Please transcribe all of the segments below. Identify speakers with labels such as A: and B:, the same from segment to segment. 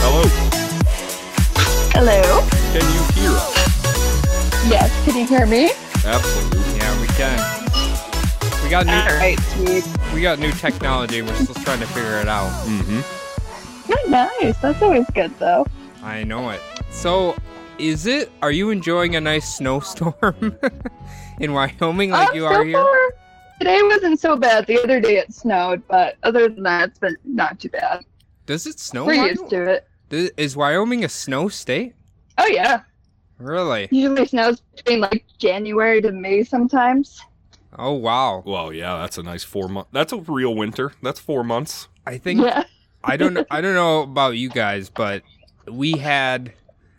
A: Hello.
B: Hello.
A: Can you hear us?
B: Yes, can you hear me?
A: Absolutely.
C: Yeah, we can. We got new.
B: All right, sweet.
C: We got new technology. We're still trying to figure it out.
A: Mm-hmm.
B: Not nice. That's always good, though.
C: I know it. So, is it? Are you enjoying a nice snowstorm in Wyoming like
B: Uh,
C: you
B: so
C: are here?
B: far, today wasn't so bad. The other day it snowed, but other than that, it's been not too bad.
C: Does it snow?
B: We're
C: in
B: used
C: Wyoming?
B: to it.
C: Th- Is Wyoming a snow state?
B: Oh yeah,
C: Really?
B: usually snows between like January to May sometimes.
C: Oh wow.
A: Well, yeah, that's a nice four month. That's a real winter. That's four months.
C: I think
B: yeah.
C: I don't I don't know about you guys, but we had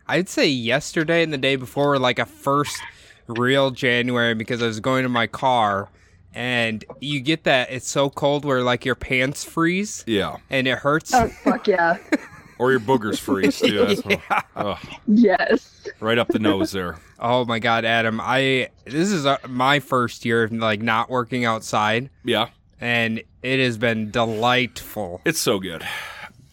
C: I'd say yesterday and the day before were like a first real January because I was going to my car and you get that it's so cold where like your pants freeze
A: Yeah.
C: and it hurts.
B: Oh fuck yeah.
A: Or your boogers freeze too. That's what-
C: Yeah.
A: Ugh,
B: yes.
A: right up the nose there.
C: Oh my god, Adam, I this is uh my first year of like not working outside
A: Yeah.
C: and it has been delightful.
A: It's so good.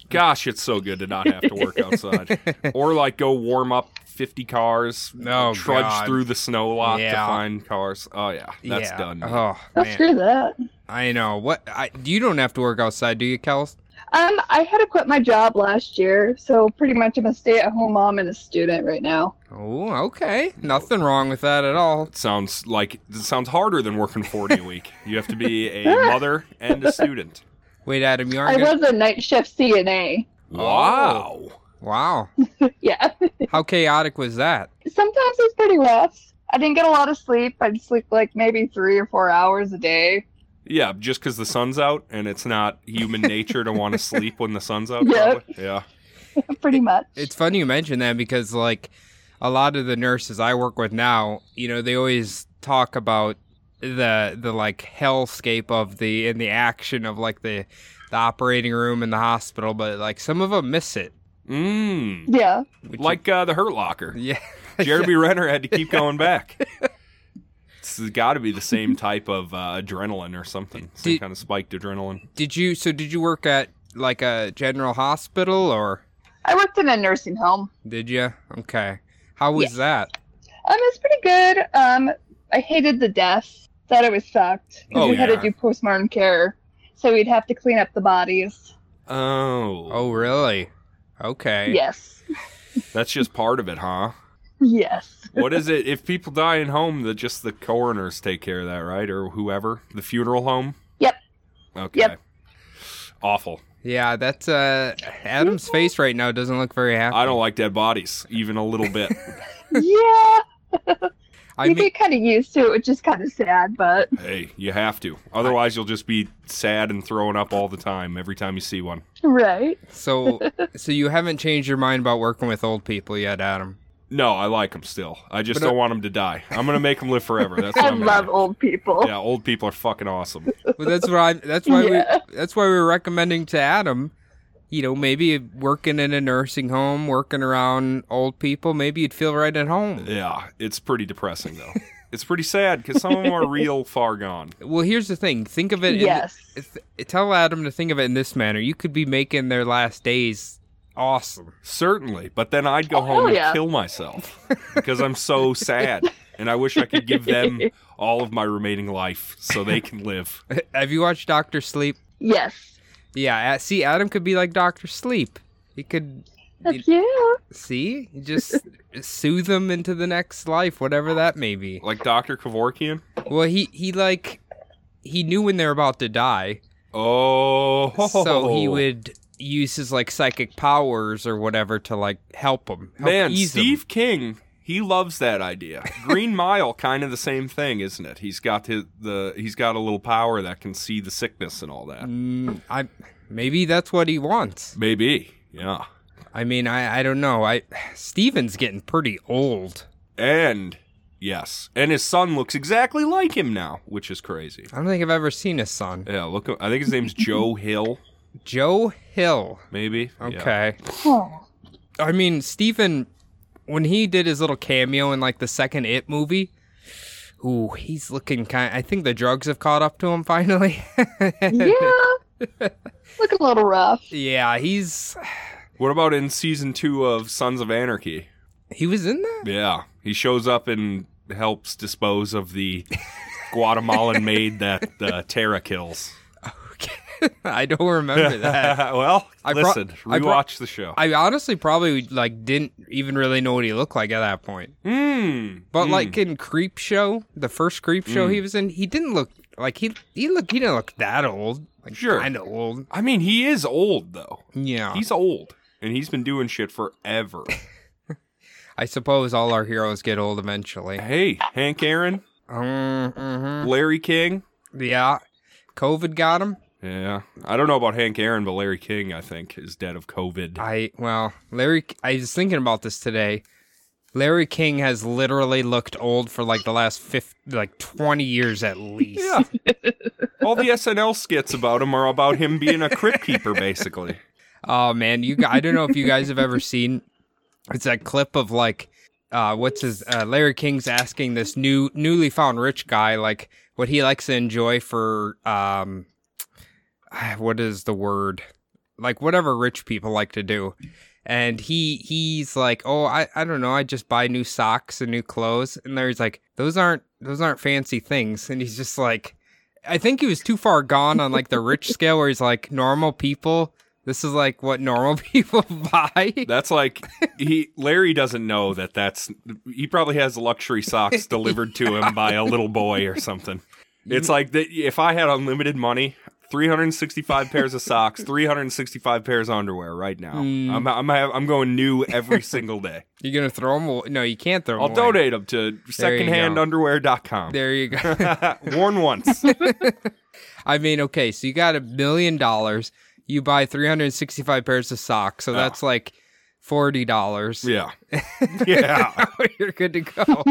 A: Gosh, it's so good to not have to work outside or like go warm up 50 cars,
C: Oh,
A: trudge
C: God.
A: through the snow lot to
C: Yeah.
A: find cars. Oh yeah, that's
C: Yeah.
A: done.
C: Oh
B: Oh,
C: man.
B: screw that.
C: I know. What I you don't have to work outside, do you, Kels?
B: Um, I had to quit my job last year, so pretty much I'm a stay-at-home mom and a student right now.
C: Oh, okay. Nothing wrong with that at all.
A: It sounds like it sounds harder than working 40 a week. You have to be a mother and a student.
C: Wait, Adam, you
B: I
C: aren't. Gonna...
B: was a night shift CNA.
A: Wow.
C: Wow.
B: Yeah.
C: How chaotic was that?
B: Sometimes it's pretty rough. I didn't get a lot of sleep. I'd sleep like maybe three or four hours a day.
A: Yeah, just because the sun's out and it's not human nature to want to sleep when the sun's out.
B: Yeah.
A: Probably. Yeah.
B: pretty much.
C: It's funny you mention that because, like, a lot of the nurses I work with now, you know, they always talk about the the like hellscape of the and the action of like the the operating room and the hospital, but like some of them miss it.
A: Mmm.
B: yeah.
C: which-
A: Like uh, the Hurt Locker.
C: yeah,
A: Jeremy Renner had to keep going back. It's got to be the same type of uh, adrenaline or something, some
C: Did-
A: kind of spiked adrenaline.
C: Did you? So did you work at like a general hospital or
B: I worked in a nursing home.
C: did you? Okay. How was that?
B: Um, it was pretty good. Um, I hated the deaths. Thought it was sucked. 'Cause
A: Oh,
B: we had
C: yeah.
B: to do postmortem care, so we'd have to clean up the bodies.
A: Oh,
C: Oh, really? Okay.
B: Yes.
A: that's just part of it, huh?
B: Yes.
A: What is it? If people die in home, that just the coroners take care of that, right? Or whoever, the funeral home.
B: Yep.
A: Okay.
B: Yep.
A: Awful.
C: Yeah, that's uh Adam's face right now doesn't look very happy.
A: I don't like dead bodies, even a little bit.
B: yeah.
C: I
B: You
C: mean,
B: get kind of used to it, which is kind of sad, but
A: Hey, you have to. Otherwise, you'll just be sad and throwing up all the time every time you see one.
B: right.
C: so so you haven't changed your mind about working with old people yet, Adam.
A: No, I like them still. I just
C: But, uh,
A: don't want them to die. I'm gonna make them live forever. That's what
B: I
A: I'm gonna
B: love
A: do.
B: old people.
A: Yeah, old people are fucking awesome.
C: Well, that's why that's why
B: Yeah.
C: we that's why we're recommending to Adam, you know, maybe working in a nursing home, working around old people, maybe you'd feel right at home.
A: Yeah, it's pretty depressing though. It's pretty sad because some of them are real far gone.
C: Well, here's the thing. Think of it in
B: Yes.
C: th- tell Adam to think of it in this manner. You could be making their last days awesome.
A: Certainly, but then I'd go
B: Oh,
A: home and
B: yeah.
A: kill myself because I'm so sad, and I wish I could give them all of my remaining life so they can live.
C: Have you watched Doctor Sleep?
B: Yes.
C: Yeah, a- see Adam could be like Doctor Sleep. You could
B: Heck yeah.
C: see, You just soothe him into the next life, whatever that may be.
A: Like Dr. Kevorkian?
C: Well, he he like he knew when they're about to die,
A: Oh.
C: so he would use his like psychic powers or whatever to like help him. Help
A: Man,
C: ease 'em.
A: Steve King, he loves that idea. Green Mile, kind of the same thing, isn't it? He's got his, the he's got a little power that can see the sickness and all that.
C: Mm, I maybe that's what he wants.
A: Maybe, yeah.
C: I mean, I I don't know. I Steven's getting pretty old.
A: And yes, and his son looks exactly like him now, which is crazy.
C: I don't think I've ever seen his son,
A: Yeah, look. I think his name's Joe Hill,
C: Joe Hill.
A: maybe. Yeah.
C: Okay.
B: Oh.
C: I mean, Stephen, when he did his little cameo in like the second It movie, ooh, he's looking kind. I think the drugs have caught up to him finally.
B: Yeah. Looking a little rough.
C: yeah, he's
A: What about in season two of Sons of Anarchy?
C: he was in that.
A: Yeah, he shows up and helps dispose of the Guatemalan maid that uh, Tara kills.
C: Okay. I don't remember that.
A: well,
C: I brought-
A: listen,
C: I
A: rewatch
C: brought-
A: the show.
C: I honestly probably like didn't even really know what he looked like at that point.
A: Mm,
C: But
A: mm.
C: like in Creep Show, the first Creep
A: Hmm.
C: Show he was in, he didn't look like he he looked he didn't look that old. Like
A: Sure.
C: kind of old.
A: I mean, he is old though.
C: Yeah.
A: He's old, and he's been doing shit forever.
C: I suppose all our heroes get old eventually.
A: hey, Hank Aaron,
C: Um, mhm.
A: Larry King.
C: Yeah. COVID got him.
A: Yeah, I don't know about Hank Aaron, but Larry King, I think, is dead of COVID.
C: I, well, Larry, I was thinking about this today. Larry King has literally looked old for like the last 50, like 20 years at least.
A: yeah. All the SNL skits about him are about him being a crypt keeper, basically.
C: Oh, man. You, gu- I don't know if you guys have ever seen, it's that clip of like, uh, what's his, uh, Larry King's asking this new, newly found rich guy, like, what he likes to enjoy for, um, what is the word? Like, whatever rich people like to do. and he he's like, "Oh, I I don't know, I just buy new socks and new clothes." And Larry's like, "Those aren't those aren't fancy things." And he's just like, I think he was too far gone on like the rich scale where he's like, "Normal people, this is like what normal people buy."
A: That's like he Larry doesn't know that that's he probably has luxury socks delivered to him by a little boy or something. It's like that if I had unlimited money, 365 pairs of socks, 365 pairs of underwear right now.
C: Mm.
A: I'm I'm I'm going new every single day.
C: You're gonna throw them? Away? No, you can't throw them.
A: I'll donate them to secondhandunderwear.com.
C: There you go.
A: Worn once.
C: I mean, okay, so you got a million dollars. You buy 365 pairs of socks, so
A: Yeah.
C: that's like forty dollars.
A: Yeah. Yeah.
C: You're good to go.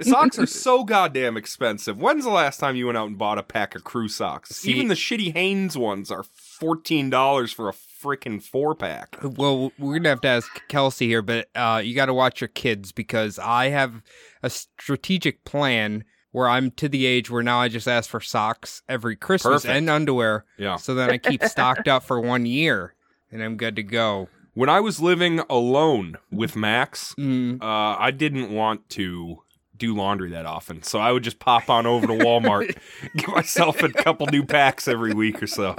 A: Socks are so goddamn expensive. When's the last time you went out and bought a pack of crew socks?
C: See-
A: Even the shitty Hanes ones are fourteen dollars for a freaking four pack.
C: Well, we're gonna have to ask Kelsey here, but uh, you got to watch your kids because I have a strategic plan where I'm to the age where now I just ask for socks every Christmas
A: Perfect.
C: and underwear,
A: Yeah.
C: so then I keep stocked up for one year and I'm good to go.
A: When I was living alone with Max,
C: Mm.
A: uh, I didn't want to do laundry that often, so I would just pop on over to Walmart, get myself a couple new packs every week or so.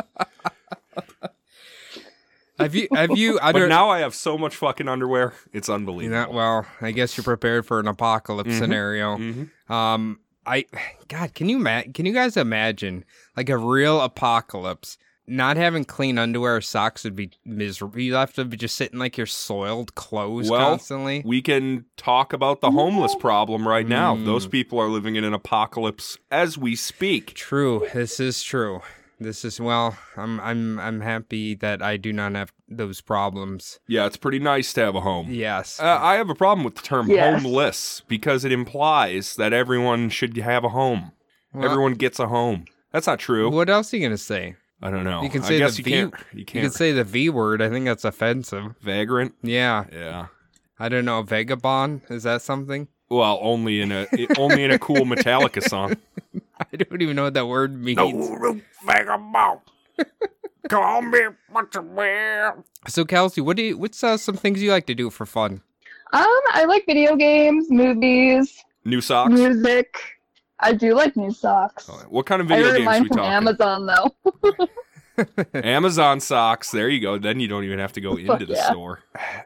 C: Have you? Have you? I
A: But
C: don't.
A: now I have so much fucking underwear, it's
C: you
A: unbelievable.
C: know, well, I guess you're prepared for an apocalypse
A: Mhm.
C: scenario.
A: hmm
C: Um, I, God, can you ma- can you guys imagine like a real apocalypse? Not having clean underwear or socks would be miserable. You have to be just sitting like your soiled clothes
A: Well,
C: constantly.
A: we can talk about the homeless problem right now.
C: Mm.
A: Those people are living in an apocalypse as we speak.
C: True, this is true. This is well. I'm I'm I'm happy that I do not have those problems.
A: Yeah, it's pretty nice to have a home.
C: Yes.
A: Uh, I have a problem with the term
B: Yes.
A: homeless because it implies that everyone should have a home.
C: Well,
A: everyone gets a home. That's not true.
C: What else are you gonna say?
A: I don't know.
C: You can
A: I
C: say
A: guess
C: the
A: you can't. You
C: You
A: can't.
C: could say the V word. I think that's offensive.
A: vagrant.
C: Yeah.
A: Yeah.
C: I don't know. Vagabond is that something?
A: Well, only in a i- only in a cool Metallica song.
C: I don't even know what that word means.
A: you vagabond. Call me what you will.
C: So Kelsey, what do you, what's uh, some things you like to do for fun?
B: Um, I like video games, movies,
A: New socks.
B: music. I do like new socks.
A: All right, What kind of
B: I
A: video
B: ordered
A: games
B: mine
A: we
B: from
A: talking?
B: Amazon though.
A: Amazon socks. There you go. Then you don't even have to go
B: Fuck
A: into the
B: yeah.
A: store.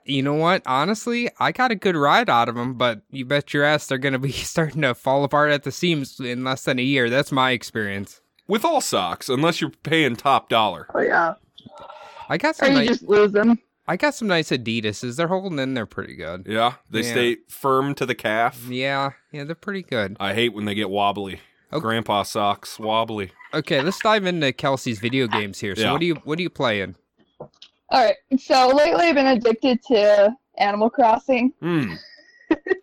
C: You know what? Honestly, I got a good ride out of them, but you bet your ass they're going to be starting to fall apart at the seams in less than a year. That's my experience.
A: With all socks, unless you're paying top dollar.
B: Oh yeah.
C: I got
B: Or
C: some.
B: you
C: Nice,
B: just lose them.
C: I got some nice Adidas's. They're holding in there pretty good.
A: Yeah, they
C: Yeah.
A: stay firm to the calf.
C: Yeah, yeah, they're pretty good.
A: I hate when they get wobbly.
C: Okay.
A: Grandpa socks wobbly.
C: Okay, let's dive into Kelsey's video games here. So,
A: Yeah.
C: what do you what are you playing?
B: All right. So lately I've been addicted to Animal Crossing.
A: Hmm.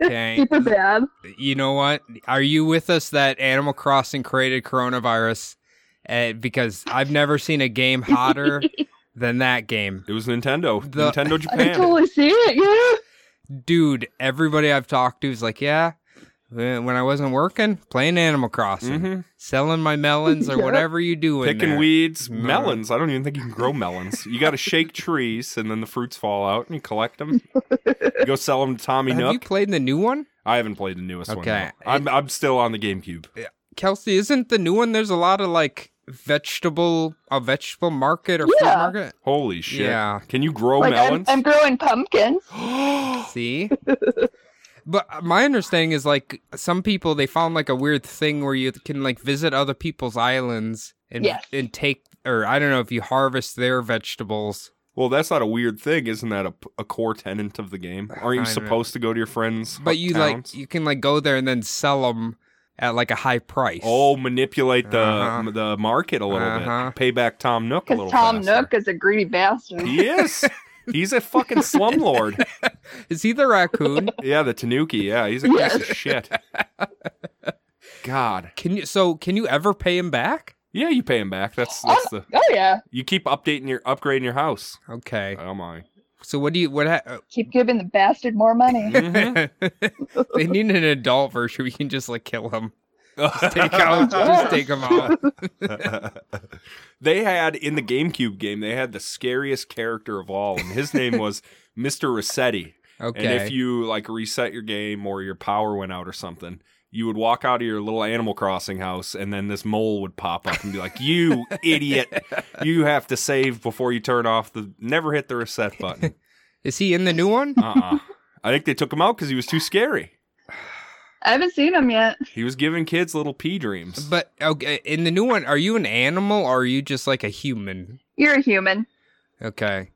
C: Okay,
B: Super bad.
C: you know what? Are you with us that Animal Crossing created coronavirus? Uh, because I've never seen a game hotter than that game.
A: It was Nintendo.
C: The-
A: Nintendo
B: I
A: Japan.
B: can totally see it. Yeah.
C: Dude, everybody I've talked to is like, yeah, eh, when when I wasn't working, playing Animal Crossing,
A: hmm
C: selling my melons or
B: Yeah.
C: whatever you do in
A: Picking
C: there.
A: weeds,
C: No.
A: melons. I don't even think you can grow melons. You got to shake trees, and then the fruits fall out, and you collect them. You go sell them to Tommy
C: Have
A: Nook.
C: you played the new one?
A: I haven't played the newest one.
C: Okay.
A: though. I'm I'm still on the GameCube.
C: Kelsey, isn't the new one? There's a lot of like vegetable, a vegetable market or fruit
B: Yeah.
C: market.
A: Holy shit!
C: Yeah.
A: Can you grow
B: Like I'm,
A: Oh, melons?
B: I'm growing pumpkins.
C: See? but uh, my understanding is like some people they found like a weird thing where you can like visit other people's islands and
B: Yes.
C: and take or I don't know if you harvest their vegetables.
A: well, that's not a weird thing, isn't that a, a core tenant of the game? Aren't
C: I
A: you
C: know.
A: supposed to go to your friends?
C: But you like
A: towns?
C: you can like go there and then sell them at like a high price.
A: oh, manipulate the
C: Uh-huh.
A: the market a little
C: Uh-huh.
A: bit. Pay back Tom Nook a
B: Because
A: little.
B: Tom
A: faster.
B: Nook is a greedy bastard.
A: He is. He's a fucking slumlord.
C: Is he the raccoon?
A: Yeah, the Tanuki. Yeah, he's a piece of shit. God.
C: can you so can you ever pay him back?
A: Yeah, you pay him back. That's that's the.
B: Oh yeah.
A: You keep updating your upgrading your house.
C: Okay.
A: Oh my.
C: So what do you what ha-
B: Keep giving the bastard more money.
A: Mhm.
C: they need an adult version. We can just like kill him. Take out, just take him out.
A: they had in the GameCube game, they had the scariest character of all, and his name was Mr. Rossetti.
C: Okay.
A: And if you like reset your game or your power went out or something, you would walk out of your little Animal Crossing house, and then this mole would pop up and be like, "You idiot! You have to save before you turn off the. Never hit the reset button."
C: Is he in the new one?
A: Uh-uh. I think they took him out because he was too scary.
B: I haven't seen him yet.
A: He was giving kids little pee dreams.
C: But okay, in the new one, are you an animal or are you just like a human?
B: You're a human.
C: Okay.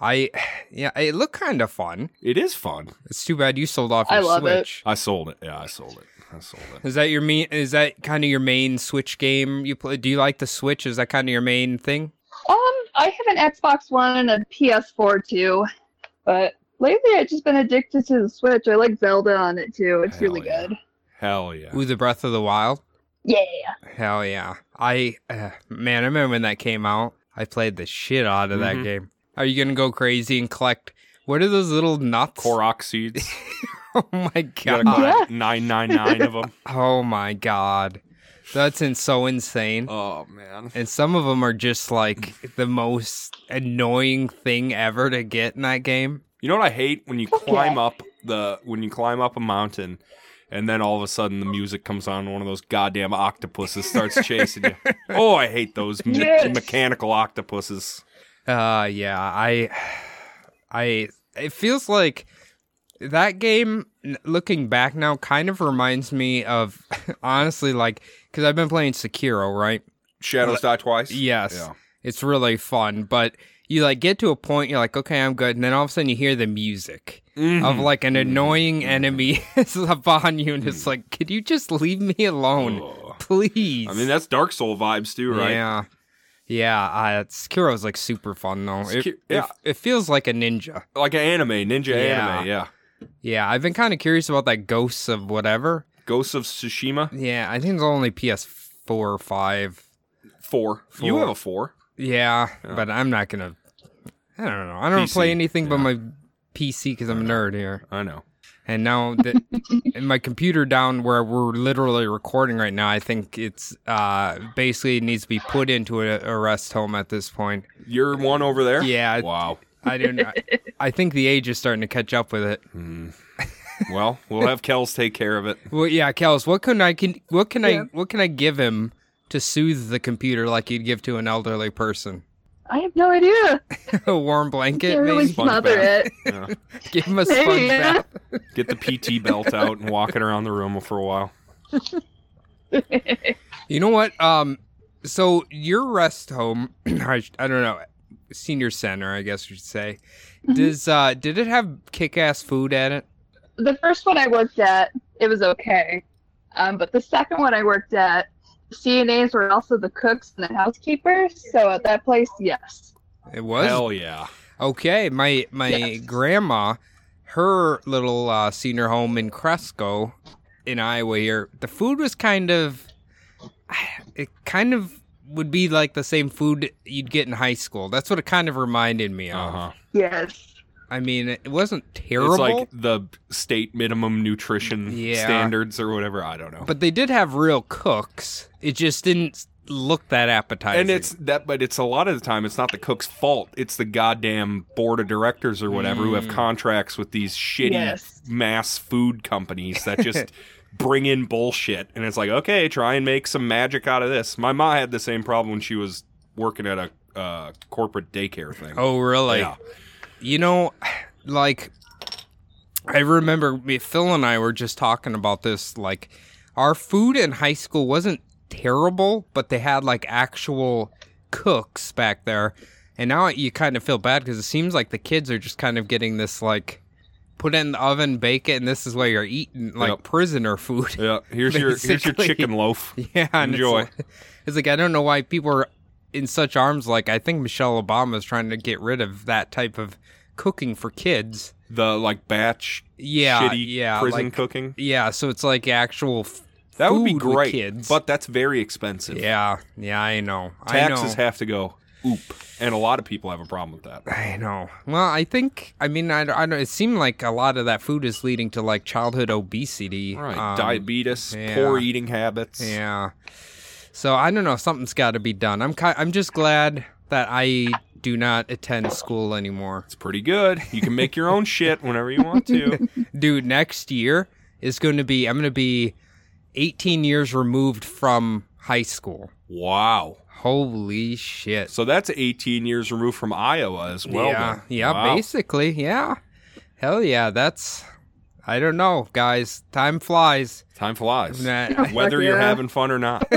C: I yeah, it looked kind of fun.
A: It is fun.
C: It's too bad you sold off
B: I
C: your
B: love it.
C: Switch.
A: I sold it. Yeah, I sold it. I sold it.
C: Is that your main is that kind of your main Switch game you play? Do you like the Switch? Is that kind of your main thing?
B: Um, I have an Xbox One and a PS4 too, but lately I've just been addicted to the Switch. I like Zelda on it too. It's
A: Hell
B: really
A: yeah.
B: good.
A: Hell yeah.
C: Ooh, the Breath of the Wild?
B: Yeah.
C: Hell yeah. I uh, man, I remember when that came out. I played the shit out of that
A: Mhm.
C: game. Are you going to go crazy and collect what are those little nuts?
A: Korok seeds.
C: oh my
A: You gotta
C: god.
A: collect 999 of them.
C: Oh my god. That's in- so insane.
A: Oh, man.
C: And some of them are just like the most annoying thing ever to get in that game.
A: You know what I hate when you
B: Okay.
A: climb up the when you climb up a mountain and then all of a sudden the music comes on and one of those goddamn octopuses starts chasing you. Oh, I hate those me-
B: Yes.
A: mechanical octopuses.
C: Uh yeah, I I it feels like that game n- looking back now kind of reminds me of honestly like cuz I've been playing Sekiro, right?
A: Shadows die twice.
C: Yes.
A: Yeah.
C: It's really fun, but you like get to a point you're like okay, I'm good, and then all of a sudden you hear the music.
A: Mm-hmm. Hmm.
C: of like an annoying enemy is upon you, and it's like, could you just leave me alone,
A: Hmm. Ugh.
C: please?
A: I mean that's Dark Soul vibes too, right?
C: yeah, yeah. Uh, Sekiro's like super fun though. It,
A: Seki-
C: it-
A: yeah.
C: it, feels like a ninja.
A: Like an anime, ninja
C: Yeah.
A: anime, yeah.
C: Yeah, I've been kind of curious about that Ghosts of whatever.
A: Ghosts of Tsushima
C: Yeah, I think it's only PS4 or five.
A: four. You
C: Four.
A: have a four.
C: Yeah,
A: Yeah.
C: but I'm not gonna. I don't know. I don't
A: PC,
C: play anything but
A: yeah.
C: my PC because I'm a nerd here.
A: I know.
C: And now that and my computer down where we're literally recording right now, I think it's uh, basically needs to be put into a, a rest home at this point.
A: You're one over there.
C: Yeah,
A: Wow.
C: I don't. I, I think the age is starting to catch up with it.
A: Hmm. well, we'll have Kels take care of it.
C: Well, yeah, Kels, what can I can what can
B: Yeah.
C: I what can I give him to soothe the computer like you'd give to an elderly person?
B: I have no idea.
C: a warm blanket,
B: Can't really
C: maybe?
A: Sponge
B: smother
A: bath.
B: it.
A: Yeah.
C: Give him a
B: Maybe,
C: sponge
B: yeah.
C: bath.
A: Get the PT belt out and walk it around the room for a while.
C: You know what? Um, so your rest home, I, sh- I don't know, senior center, I guess you should say.
B: Mhm.
C: Does uh, did it have kick-ass food at it?
B: the first one I worked at, it was okay. Um, but the second one I worked at, CNAs were also the cooks and the housekeepers. So at that place, yes.
C: It was
A: Hell yeah.
C: okay. My my
B: Yes.
C: grandma, her little uh, senior home in Cresco, in Iowa here, the food was kind of, it kind of would be like the same food you'd get in high school. That's what it kind of reminded me of.
A: Uh-huh.
B: Yes.
C: I mean, it wasn't terrible.
A: It's like the state minimum nutrition
C: Yeah.
A: standards or whatever. I don't know.
C: But they did have real cooks. It just didn't look that appetizing.
A: and it's that, but it's a lot of the time it's not the cook's fault. It's the goddamn board of directors or whatever who have
C: Mm.
A: contracts with these shitty
B: Yes.
A: mass food companies that just bring in bullshit. And it's like, okay, try and make some magic out of this. My ma had the same problem when she was working at a uh, corporate daycare thing.
C: oh really?
A: Yeah.
C: You know, like I remember me- Phil and I were just talking about this. Like our food in high school wasn't terrible, but they had like actual cooks back there, and now you kind of feel bad because it seems like the kids are just kind of getting this like put it in the oven, bake it, and this is what you're eating like
A: Yep.
C: prisoner food.
A: Yeah, here's your here's your
C: Basically.
A: chicken loaf.
C: Yeah, and it's
A: Enjoy.
C: like- It's like, I don't know why people are in such arms. Like I think Michelle Obama is trying to get rid of that type of cooking for kids.
A: The like batch
C: Yeah,
A: shitty
C: yeah,
A: prison
C: like-
A: cooking.
C: yeah. So it's like actual. F-
A: That would be
C: food with
A: great,
C: kids.
A: but that's very expensive.
C: yeah, yeah. I know.
A: taxes
C: I know.
A: have to go oop, and a lot of people have a problem with that.
C: I know. Well, I think. I mean, I, don't- I don't. It seemed like a lot of that food is leading to like childhood obesity.
A: Right,
C: Um,
A: diabetes,
C: yeah.
A: poor eating habits.
C: Yeah. So I don't know. Something's got to be done. I'm. Ki- I'm just glad that I do not attend school anymore.
A: It's pretty good. You can make your own shit whenever you want to.
C: dude next year is going to be i'm going to be 18 years removed from high school
A: Wow.
C: holy shit
A: So that's 18 years removed from Iowa as well.
C: yeah
A: then.
C: yeah
A: Wow.
C: basically yeah hell yeah that's i don't know guys time flies
A: Time flies.
C: Nah,
A: Whether you're
B: Yeah.
A: having fun or not.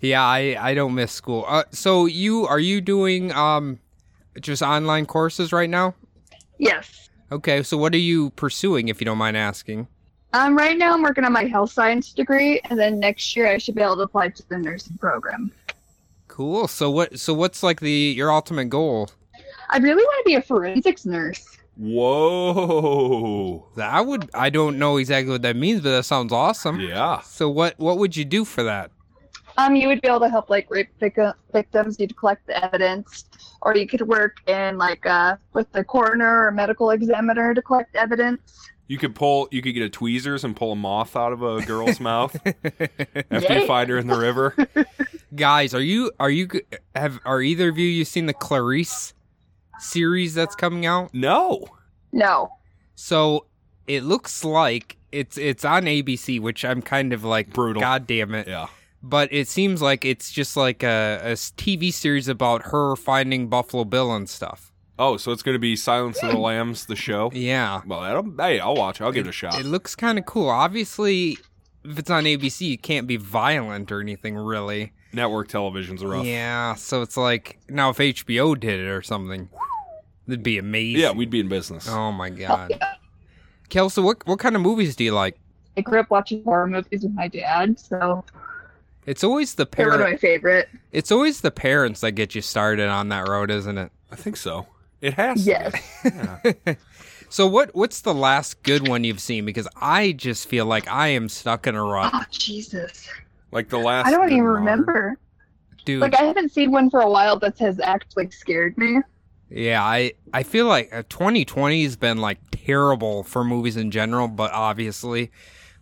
C: yeah i i don't miss school uh, so you are you doing um just online courses right now
B: Yes.
C: okay so what are you pursuing if you don't mind asking
B: Um, right now, I'm working on my health science degree, and then next year I should be able to apply to the nursing program.
C: cool so what so what's like the your ultimate goal
B: I really want to be a forensics nurse.
A: Whoa.
C: I would. I don't know exactly what that means, but that sounds awesome.
A: Yeah.
C: So what what would you do for that?
B: Um, you would be able to help like rape vic- victims. You'd collect the evidence, or you could work in like uh with the coroner or medical examiner to collect evidence.
A: You could pull. You could get a tweezers and pull a moth out of a girl's mouth after you
B: Yay.
A: find her in the river.
C: Guys, are you are you have are either of you you seen the Clarice series that's coming out?
A: No.
B: No.
C: So it looks like it's it's on ABC, which I'm kind of like
A: Brutal.
C: God damn it.
A: Yeah.
C: But it seems like it's just like a, a TV series about her finding Buffalo Bill and stuff.
A: Oh, so it's going to be Silence of the Lambs, the show.
C: Yeah.
A: Well, that'll, hey, I'll watch. it. I'll give it a shot.
C: It looks kind of cool. Obviously, if it's on ABC, you can't be violent or anything, really.
A: Network television's rough. Yeah,
C: Yeah, so it's like now if HBO did it or something, that'd be amazing.
A: we'd be in business.
C: Oh my
B: Oh,
C: god,
B: yeah.
C: Kelso, what what kind of movies do you like?
B: I grew up watching horror movies with my dad, so
C: It's always the
B: they're one of
C: parent.
B: my favorite.
C: It's always the parents that get you started on that road, isn't it?
A: I think so. It has.
B: Yes.
A: To be. Yeah.
C: So what what's the last good one you've seen? Because I just feel like I am stuck in a rut,
B: Oh Jesus,
A: Like the last.
B: I don't
A: good
B: even
A: modern-
B: remember.
C: dude.
B: Like I haven't seen one for a while that has actually scared me.
C: Yeah, I I feel like uh, 2020 has been like terrible for movies in general, but obviously,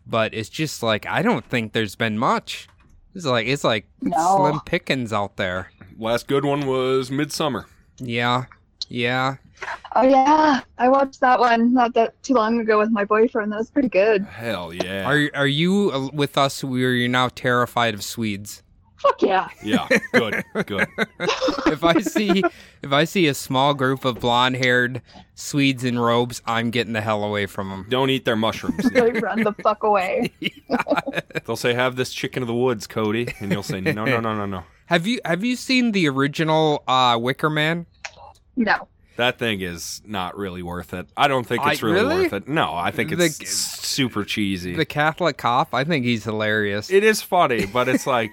C: but it's just like I don't think there's been much. It's like it's like
B: No.
C: slim pickings out there.
A: Last good one was Midsummer.
C: Yeah, yeah.
B: Oh yeah, I watched that one not that too long ago with my boyfriend. That was pretty good.
A: Hell yeah.
C: Are you- are you uh, with us? Where you're now terrified of Swedes?
B: Fuck yeah.
A: yeah, good, good.
C: If I see if I see a small group of blonde-haired Swedes in robes, I'm getting the hell away from them.
A: Don't eat their mushrooms.
B: Really run the fuck away.
A: They'll say, "Have this chicken of the woods, Cody," and you'll say, "No, no, no, no, no."
C: Have you have you seen the original uh, Wicker Man?
B: No.
A: That thing is not really worth it. I don't think it's
C: I-
A: really,
C: really?
A: worth it. No, I think
C: The-
A: it's super cheesy.
C: The Catholic cop? I think he's hilarious.
A: it is funny, but it's like,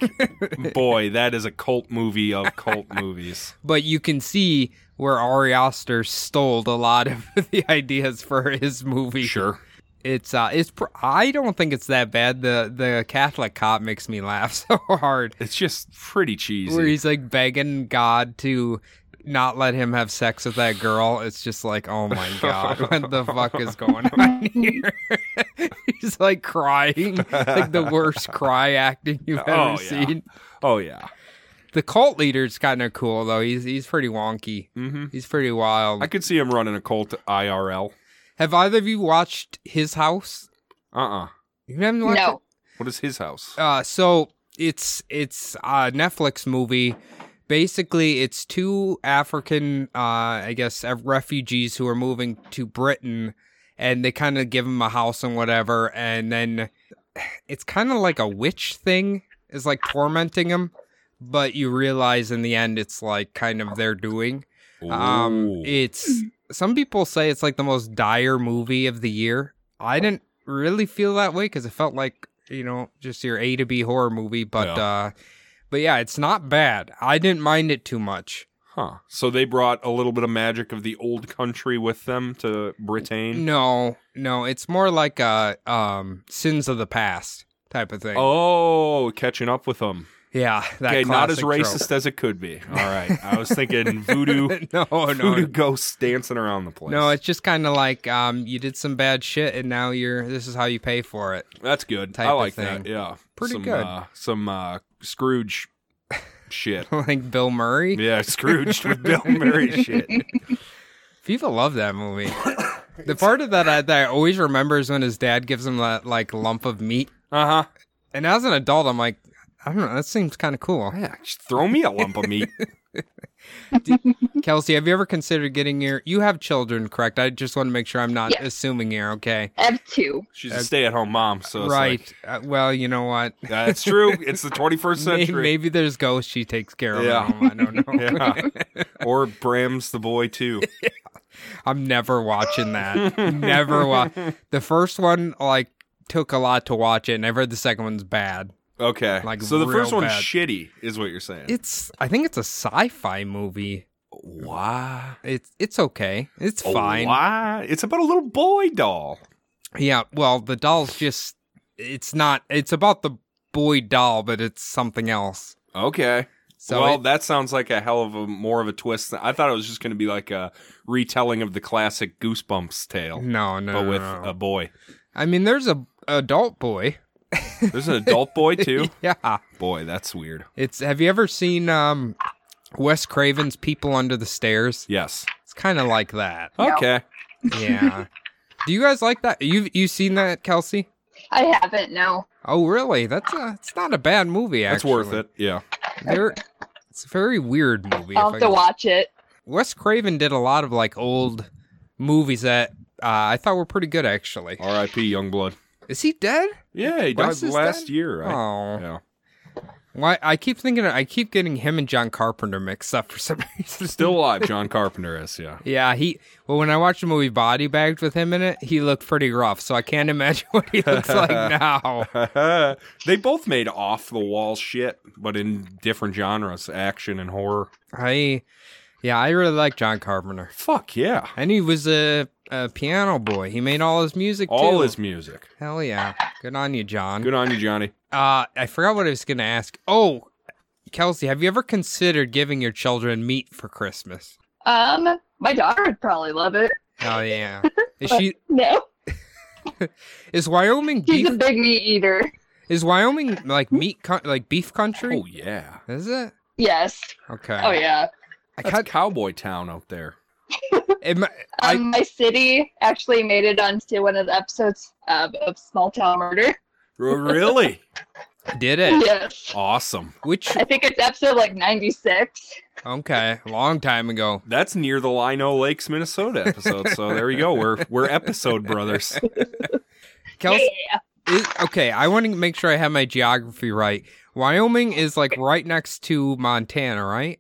A: boy, that is a cult movie of cult movies.
C: but you can see where Ari Aster stole a lot of the ideas for his movie.
A: Sure.
C: It's uh, it's pr- I don't think it's that bad. The the Catholic cop makes me laugh so hard,
A: It's just pretty cheesy.
C: where he's like begging God to not let him have sex with that girl. It's just like, oh my god, what the fuck is going on here? he's like crying, like the worst cry acting you've ever
A: Oh, yeah.
C: seen.
A: oh yeah.
C: The cult leader's kind of cool though. He's he's pretty wonky.
A: hmm
C: He's pretty wild.
A: I could see him running a cult IRL.
C: Have either of you watched His House?
A: Uh uh
C: You haven't watched
B: No.
A: What is his house?
C: it? Uh, so it's it's a Netflix movie. Basically, it's two African, uh, I guess, uh, refugees who are moving to Britain, and they kind of give them a house and whatever, and then it's kind of like a witch thing is like tormenting them, but you realize in the end it's like kind of their doing. Um,
A: Ooh.
C: it's some people say it's like the most dire movie of the year. I didn't really feel that way because it felt like you know just your A to B horror movie, but
A: Yeah.
C: uh, but yeah, it's not bad. I didn't mind it too much.
A: Huh. So they brought a little bit of magic of the old country with them to Britain.
C: No, no, it's more like a um sins of the past type of thing.
A: Oh, catching up with them.
C: yeah, that
A: okay, not as
C: classic
A: racist as it could be. All right. I was thinking voodoo,
C: trope. no, no,
A: voodoo ghosts dancing around the place.
C: no. It's just kind of like um you did some bad shit and now you're this is how you pay for it.
A: that's good.
C: type
A: I
C: of
A: like that.
C: thing.
A: Yeah,
C: Pretty
A: some,
C: good.
A: Uh, some uh, Scrooge shit.
C: like Bill Murray.
A: Yeah, Scrooged with Bill Murray shit.
C: People love that movie. the part of that I, that I always remember is when his dad gives him that like lump of meat.
A: Uh huh.
C: And as an adult, I'm like, I don't know. That seems kind of cool.
A: Yeah, just throw me a lump of meat.
C: Kelsey, have you ever considered getting your? You have children, correct? I just want to make sure I'm not
B: Yes.
C: assuming here. Okay,
B: I have two.
A: She's a stay-at-home mom, so it's
C: right?
A: Like,
C: uh, well, you know what?
A: that's true. It's the 21st
C: Maybe,
A: century.
C: maybe there's ghosts she takes care of. at
A: Yeah.
C: home. I don't know.
A: Yeah. or Bram's the boy too.
C: I'm never watching that. never watch. The first one like took a lot to watch it, and I've heard the second one's bad.
A: Okay.
C: Like,
A: so the
C: real
A: first one's
C: bad.
A: shitty, is what you're saying.
C: It's I think it's a sci-fi movie.
A: why?
C: It's it's okay. It's fine.
A: Why? It's about a little boy doll.
C: Yeah. Well, the doll's just. It's not. It's about the boy doll, but it's something else.
A: Okay.
C: So
A: well,
C: it-
A: that sounds like a hell of a more of a twist. than- I thought it was just going to be like a retelling of the classic Goosebumps tale,
C: no, no,
A: but
C: no,
A: with
C: no.
A: a boy.
C: I mean, there's a adult boy.
A: There's an adult boy too.
C: Yeah.
A: boy, that's weird.
C: It's. Have you ever seen um, Wes Craven's People Under the Stairs?
A: Yes.
C: It's kind of like that.
B: No.
A: Okay.
C: Yeah. Do you guys like that? You you seen that, Kelsey?
B: I haven't. No.
C: Oh, really? That's a, it's not a bad movie.
A: That's
C: Actually,
A: worth it. Yeah.
C: There- it's a very weird movie.
B: I'll have
C: if I
B: to
C: can-
B: watch it.
C: Wes Craven did a lot of like old movies that uh, I thought were pretty good actually.
A: R.I.P. Youngblood.
C: Is he dead?
A: Yeah, he
C: Wes
A: died
C: is
A: last
C: dead?
A: year, right?
C: Oh,
A: Yeah.
C: why? I keep thinking I keep getting him and John Carpenter mixed up for some reason.
A: Still alive, John Carpenter is. Yeah.
C: Yeah, he. Well, when I watched the movie Body Bagged with him in it, he looked pretty rough. So I can't imagine what he looks like now.
A: they both made off the wall shit, but in different genres, action and horror.
C: I, yeah, I really like John Carpenter,
A: Fuck yeah.
C: and he was a, a piano boy. He made all his music.
A: All
C: too.
A: his music.
C: Hell yeah! Good on you, John.
A: Good on you, Johnny.
C: Uh, I forgot what I was going to ask. Oh, Kelsey, have you ever considered giving your children meat for Christmas?
B: Um, my daughter would probably love it.
C: Oh yeah. Is she
B: No,
C: is Wyoming
B: she's a
C: beef
B: big meat eater.
C: is Wyoming like meat coun- like beef country?
A: Oh yeah.
C: Is it?
B: Yes.
C: Okay.
B: Oh yeah.
C: I
A: That's
C: cut-
A: cowboy town out there.
C: It mi- I-
B: Um, my city actually made it onto one of the episodes uh, of Small Town Murder.
A: really?
C: did it.
B: Yes.
A: Awesome.
C: Which
B: I think it's episode like 96.
C: okay, long time ago.
A: That's near the Lino Lakes, Minnesota episode. So there you go. We're we're episode brothers.
C: Kelsey,
B: yeah.
C: is, okay, I want to make sure I have my geography right. Wyoming is like right next to Montana, right?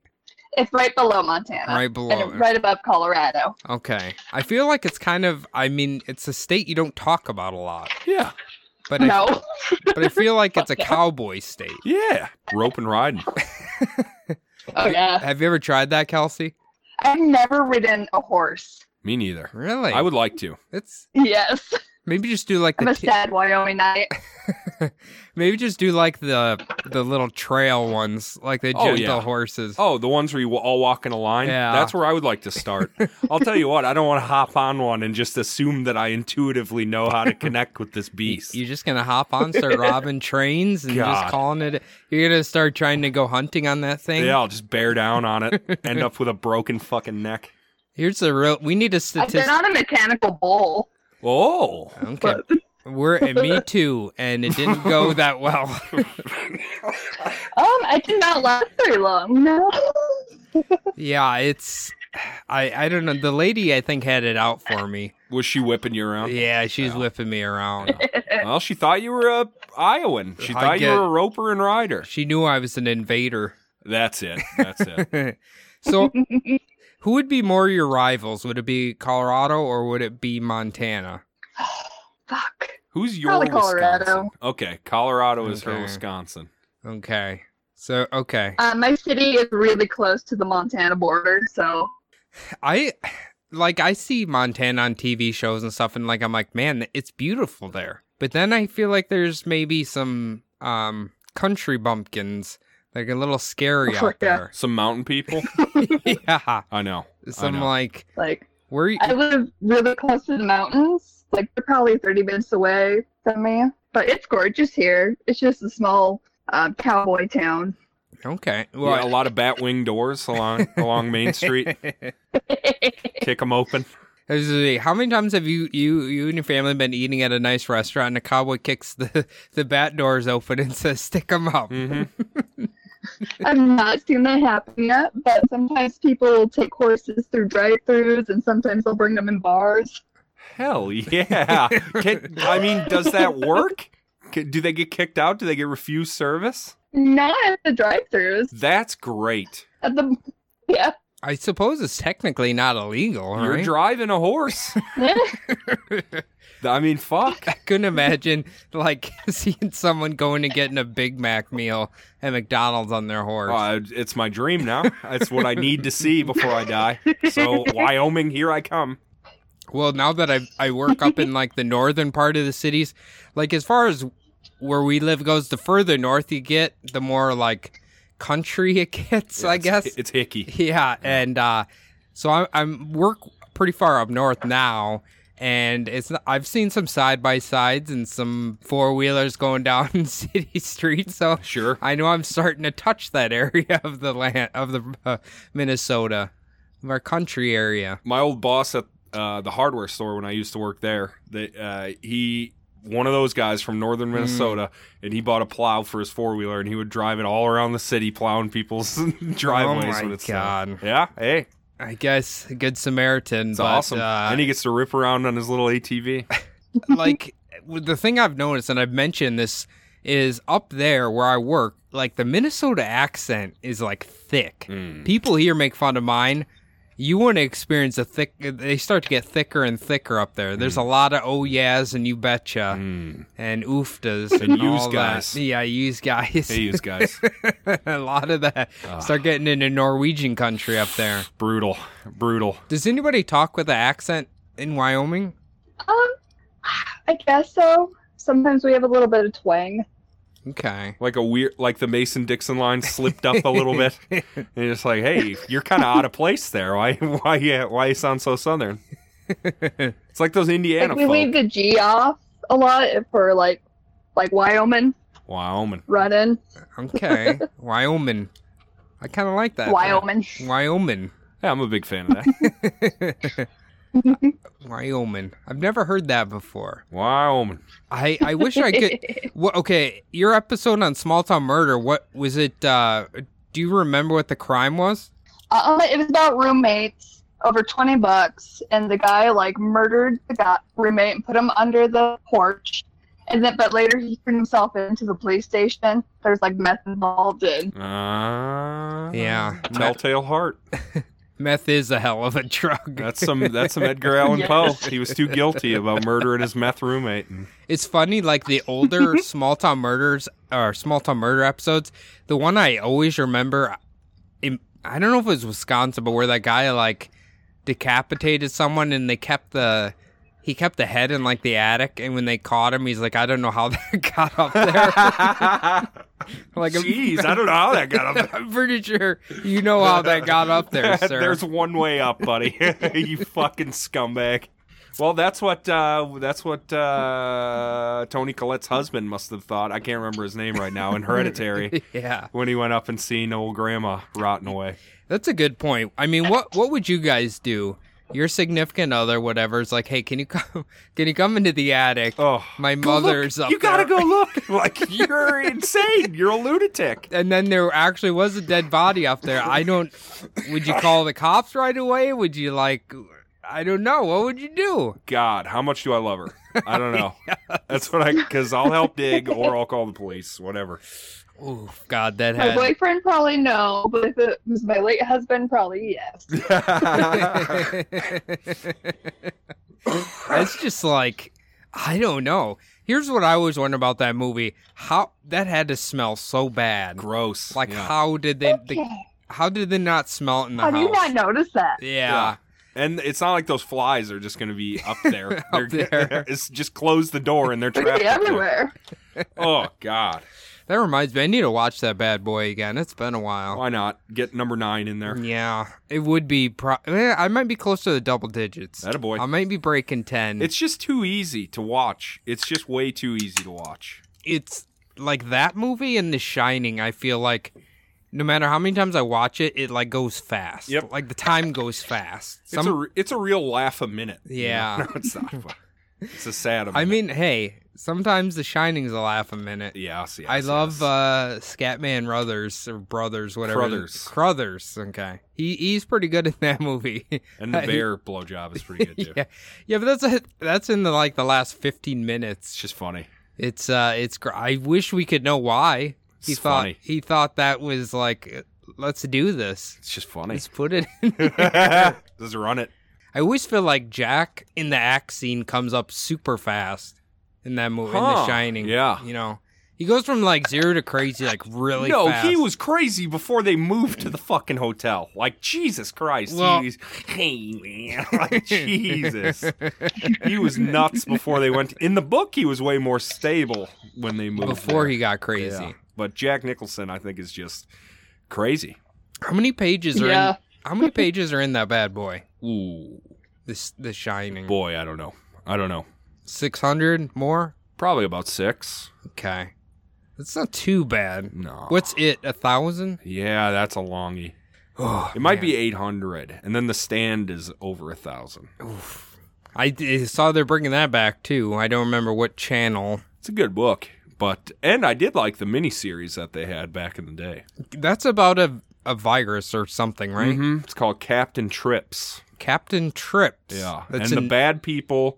B: It's right below Montana.
C: Right below.
B: Uh, And right above Colorado.
C: Okay. I feel like it's kind of I mean, it's a state you don't talk about a lot,
A: Yeah.
C: but I,
B: No.
C: but I feel like it's a
B: Fuck yeah.
C: cowboy state.
A: Yeah. Rope and riding.
B: Oh, yeah.
C: Have you ever tried that, Kelsey?
B: I've never ridden a horse.
A: Me neither.
C: Really?
A: I would like to.
C: It's
B: Yes.
C: maybe just do like
B: I'm
C: the
B: a
C: ki-
B: sad Wyoming night.
C: maybe just do like the the little trail ones, like the
A: Oh,
C: gentle
A: yeah.
C: horses.
A: Oh, the ones where you all walk in a line?
C: Yeah.
A: That's where I would like to start. I'll tell you what, I don't want to hop on one and just assume that I intuitively know how to connect with this beast.
C: You're just gonna hop on, start robbing trains, and
A: God.
C: just calling it. You're gonna start trying to go hunting on that thing.
A: Yeah, I'll just bear down on it, end up with a broken fucking neck.
C: Here's the real. We need a
B: I've been
C: statistic.
B: on a mechanical bull.
A: Oh.
C: Okay. We're and me too, and it didn't go that well.
B: Um, I did not last very long. No.
C: yeah, it's. I I don't know. The lady I think had it out for me.
A: Was she whipping you around?
C: Yeah, she's whipping me around.
A: Well, she thought you were a Iowan. She
C: I
A: thought you
C: get-
A: were a roper and rider.
C: She knew I was an invader.
A: That's it. That's it.
C: so, who would be more your rivals? Would it be Colorado or would it be Montana?
B: Fuck.
A: Who's your
B: Probably Colorado.
A: Wisconsin? Okay, Colorado is her
C: Okay.
A: Wisconsin.
C: Okay. So, okay.
B: Uh, my city is really close to the Montana border, so
C: I like I see Montana on TV shows and stuff and like I'm like, "Man, it's beautiful there." But then I feel like there's maybe some um country bumpkins like a little scary
B: Oh,
C: out
B: yeah.
A: Some mountain people.
C: there. yeah.
A: I know.
C: Some
A: know.
C: like
B: like
C: where you
B: I live really close to the mountains. Like they're probably 30 minutes away from me, but it's gorgeous here. It's just a small uh, cowboy town.
C: Okay.
A: Well, a
C: Well,
A: lot of bat wing doors along along Main Street. Kick them open.
C: I was gonna say, How many times have you, you, you and your family been eating at a nice restaurant and a cowboy kicks the, the bat doors open and says, stick 'em up?
A: hmm
B: I've not seen that happen yet, but sometimes people will take horses through drive-throughs, and sometimes they'll bring them in bars.
A: Hell yeah! Can, I mean, does that work? Can, do they get kicked out? Do they get refused service?
B: Not at the drive-throughs.
A: That's great.
B: At the yeah,
C: I suppose it's technically not illegal,
A: You're
C: right?
A: driving a horse. I mean, fuck.
C: I couldn't imagine like seeing someone going and getting a Big Mac meal at McDonald's on their horse.
A: Uh, it's my dream now. That's what I need to see before I die. So, Wyoming, here I come.
C: Well, now that I I work up in like the northern part of the cities, like as far as where we live goes, the further north you get, the more like country it gets, I
A: It's-
C: guess.
A: it's hicky.
C: Yeah, and uh, so I'm, I'm work pretty far up north now, and it's not, I've seen some side by sides and some four wheelers going down city streets, so
A: Sure.
C: I know I'm starting to touch that area of the land of the uh, Minnesota, of our country area.
A: my old boss at uh, the hardware store when I used to work there, that uh, he one of those guys from northern
C: Mm.
A: Minnesota, and he bought a plow for his four wheeler, and he would drive it all around the city, plowing people's driveways.
C: oh
A: with it.
C: my god!
A: Yeah, hey,
C: I guess a good Samaritan.
A: it's
C: but,
A: awesome.
C: Uh,
A: and he gets to rip around on his little ATV.
C: like with the thing I've noticed, and I've mentioned this, is up there where I work. Like the Minnesota accent is like thick.
A: Mm.
C: People here make fun of mine. You want to experience a thick. They start to get thicker and thicker up there. There's a lot of oh yeahs and you betcha
A: Mm.
C: and oofdas
A: And
C: and,
A: yous
C: all
A: guys.
C: That. Yeah, use guys.
A: Hey, these guys,
C: a lot of that.
A: Ah.
C: Start getting into Norwegian country up there.
A: brutal, brutal.
C: Does anybody talk with an accent in Wyoming?
B: um, I guess so. Sometimes we have a little bit of twang.
C: Okay.
A: Like a weird, like the Mason Dixon line slipped up a little bit. And you're just like, hey, you're kind of out of place there. Why, why, yeah, why you sound so southern? It's like those Indiana
B: Like we
A: folk.
B: leave the G off a lot for like like Wyoming
A: Wyoming.
B: running.
C: Okay. Wyoming. I kind of like that. though.
B: Wyoming.
C: Wyoming.
A: Yeah, I'm a big fan of that.
C: Wyoming. I've never heard that before.
A: Wyoming.
C: I, I wish I could. What, okay, your episode on small town murder. What was it? Uh, do you remember what the crime was?
B: Uh, it was about roommates over 20 bucks, and the guy like murdered the guy, roommate and put him under the porch. And then, but later he turned himself into the police station. There's like meth involved, and
A: Ah,
C: Yeah.
A: Telltale heart.
C: Meth is a hell of a drug.
A: That's some. That's some Edgar Allan
B: Yes.
A: Poe. He was too guilty about murdering his meth roommate. And
C: It's funny, like the older small town murders or small town murder episodes. The one I always remember, in, I don't know if it was Wisconsin, but where that guy like decapitated someone and they kept the he kept the head in like the attic, and when they caught him, he's like, I don't know how that got up there. like, I'm-
A: Jeez, I don't know how that got up.
C: I'm pretty sure you know how that got up there, sir.
A: There's one way up, buddy. you fucking scumbag. Well, that's what uh, that's what uh, Tony Collette's husband must have thought. I can't remember his name right now. In Hereditary,
C: yeah,
A: when he went up and seen old grandma rotting away.
C: that's a good point. I mean, what what would you guys do? Your significant other, whatever, is like, hey, can you come? Can you come into the attic?
A: Oh,
C: My
A: Go look.
C: mother's up
A: You gotta
C: there.
A: go look. Like you're insane. You're a lunatic.
C: And then there actually was a dead body up there. I don't. Would you call the cops right away? Would you like? I don't know. What would you do?
A: God, how much do I love her? I don't know. That's what I because I'll help dig or I'll call the police. Whatever.
C: Oh God, that
B: my
C: had.
B: boyfriend probably no, but if it was my late husband, probably yes.
C: That's just like I don't know. Here's what I always wonder about that movie: how that had to smell so bad.
A: Gross.
C: Like
A: Yeah.
C: how did they,
B: Okay.
C: they? How did they not smell it in the
B: How
C: house?
B: do you not notice that?
C: yeah.
A: And it's not like those flies are just going to be up there.
C: Up
A: They're-
C: there.
A: it's just close the door and they're
B: They're gonna
A: trapped.
B: be
A: up there.
B: everywhere.
A: Oh God,
C: That reminds me. I need to watch that bad boy again. It's been a while.
A: why not get number nine in there?
C: Yeah, it would be. Pro- eh, I might be close to the double digits.
A: That a boy.
C: I might be breaking ten. It's
A: It's just too easy to watch. It's just way too easy to watch.
C: it's like that movie and The Shining. I feel like no matter how many times I watch it, it like goes fast.
A: Yep.
C: Like the time goes fast.
A: It's a re- it's a real laugh a minute. you know?
C: Yeah.
A: no, it's not. It's a sad. a
C: I
A: minute.
C: mean, hey, sometimes The Shining's a laugh a minute.
A: yes, yes,
C: I love
A: yes.
C: uh, Scatman Brothers or Brothers, whatever.
A: Crothers.
C: Crothers. Okay, he he's pretty good in that movie.
A: and the bear blowjob is pretty good too.
C: uh, yeah, yeah, but that's a, that's in the like the last fifteen
A: It's
C: minutes.
A: just funny.
C: It's uh, it's. Gr- I wish we could know why he
A: It's
C: thought
A: funny.
C: he thought that was like, let's do this.
A: It's just funny.
C: Let's put it. in.
A: Just run it.
C: I always feel like Jack in the axe scene comes up super fast in that movie, in
A: Huh,
C: The Shining.
A: yeah.
C: you know, he goes from like zero to crazy like really.
A: Ah. no,
C: fast.
A: he was crazy before they moved to the fucking hotel. Like Jesus Christ,
C: Well-
A: he was, hey man, like Jesus, he was nuts before they went. In the book, he was way more stable when they moved
C: before
A: there.
C: he got
A: Yeah.
C: crazy.
A: But Jack Nicholson, I think, is just crazy.
C: How many pages are
B: Yeah.
C: in? How many pages are in that bad boy?
A: Ooh,
C: This The Shining.
A: boy, I don't know. I don't know.
C: Six hundred more.
A: Probably about six.
C: Okay, that's not too bad.
A: No.
C: What's it? A thousand?
A: Yeah, that's a longie.
C: Oh,
A: It might be 800, and then the stand is over a thousand.
C: Oof. I d- saw they're bringing that back too. I don't remember what channel.
A: It's a good book, but and I did like the miniseries that they had back in the day.
C: That's about a a virus or something, right?
A: Mm-hmm. It's called Captain Trips.
C: Captain Trips. that's
A: Mm-hmm. and the
C: in-
A: bad people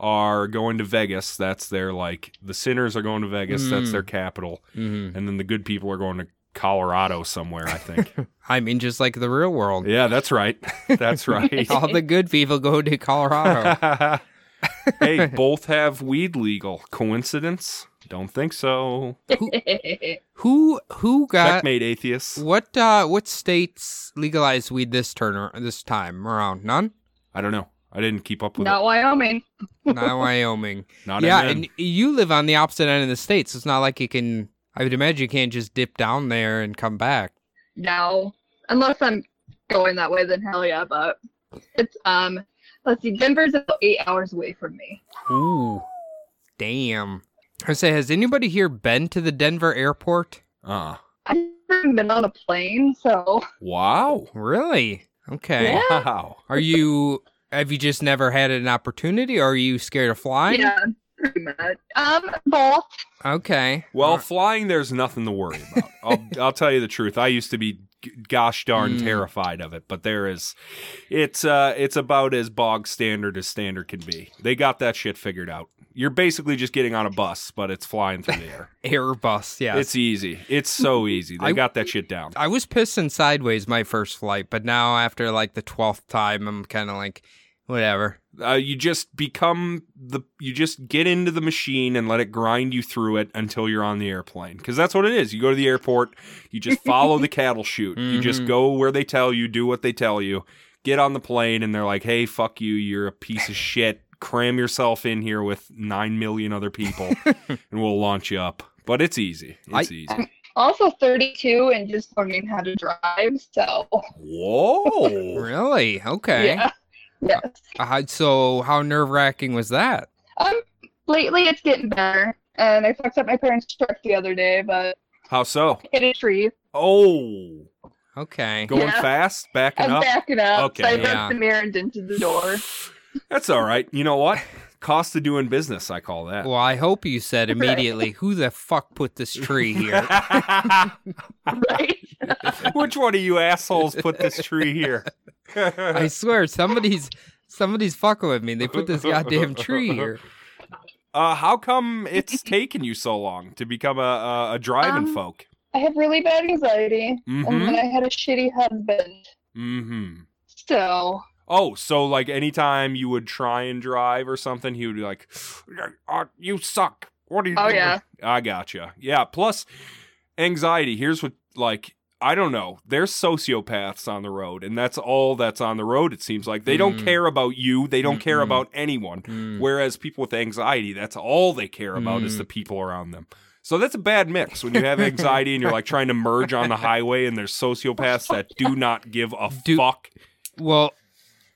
A: are going to Vegas. That's their like the sinners are going to Vegas. That's
C: Mm.
A: their capital,
C: Mhm.
A: and then the good people are going to Colorado somewhere. I think.
C: I mean, just like the real world.
A: yeah, that's right. That's right.
C: All the good people go to Colorado.
A: hey, both have weed legal. Coincidence? Don't think so.
C: who who got
A: Checkmate, atheists.
C: what? uh What states legalized weed this turn or this time around? None.
A: I don't know. I didn't keep up with
B: Not Wyoming.
C: Not Wyoming.
A: it. Not
C: yeah,
A: amen.
C: and you live on the opposite end of the states. it's not like you can. I would imagine you can't just dip down there and come back.
B: No. Unless I'm going that way, then hell yeah, but it's um let's see, Denver's about eight hours away from me.
C: Ooh, damn. I say, has anybody here been to the Denver airport?
A: Uh,
B: I've never been on a plane, so
A: wow.
C: Really? Okay.
B: Yeah.
A: Wow.
C: Are you? Have you just never had an opportunity, or are you scared of flying?
B: yeah, pretty much. Um, both.
C: Okay.
A: Well,
C: All right.
A: flying, there's nothing to worry about. I'll, I'll tell you the truth. I used to be g- gosh darn
C: Mm.
A: terrified of it, but there is, it's uh, it's about as bog standard as standard can be. They got that shit figured out. You're basically just getting on a bus, but it's flying through the air.
C: Airbus. Yeah.
A: It's easy. It's so easy. They
C: I-
A: got that shit down.
C: I was pissing sideways my first flight, but now after like the twelfth time, I'm kind of like, whatever.
A: Uh, you just become the. You just get into the machine and let it grind you through it until you're on the airplane. Because that's what it is. You go to the airport. You just follow the cattle chute. You just
C: Mhm.
A: go where they tell you. Do what they tell you. Get on the plane, and they're like, "Hey, fuck you. You're a piece of shit. Cram yourself in here with nine million other people, and we'll launch you up." But it's easy. It's easy.
B: Also 32 and just learning how to drive. So
A: Whoa.
C: Really? Okay.
B: yeah, yes.
C: Uh, so how nerve wracking was that?
B: Um, lately it's getting better, and I fucked up my parents' truck the other day, but
A: How so?
B: hit a tree.
A: Oh,
C: Okay.
A: going
B: Yeah.
A: fast, backing
B: I'm
A: up.
B: backing up. so I
A: Okay.
B: broke
C: Yeah.
B: the mirror and dented the door.
A: That's all right. You know what? Cost of doing business, I call that.
C: Well, I hope you said immediately, who the fuck put this tree here?
B: Right?
A: Which one of you assholes put this tree here? Uh,
C: I swear, somebody's somebody's fucking with me. They put this goddamn tree here.
A: uh, how come it's taken you so long to become a, a, a driving
B: Um,
A: folk?
B: I have really bad anxiety, and
A: Mm-hmm.
B: then I had a shitty husband.
A: Mm-hmm.
B: So
A: Oh, so like anytime you would try and drive or something, he would be like, "Uh, "You suck. What are you?"
B: Oh,
A: doing?"
B: yeah.
A: I gotcha. Yeah. Plus, anxiety. Here's what like I don't know. There's sociopaths on the road, and that's all that's on the road. It seems like they don't
C: Mm.
A: care about you. They don't care
C: Mm-mm.
A: about anyone.
C: Mm.
A: Whereas people with anxiety, that's all they care about is
C: Mm.
A: the people around them. So that's a bad mix when you have anxiety and you're like trying to merge on the highway, and there's sociopaths that do not give a
C: Do-
A: fuck.
C: Well,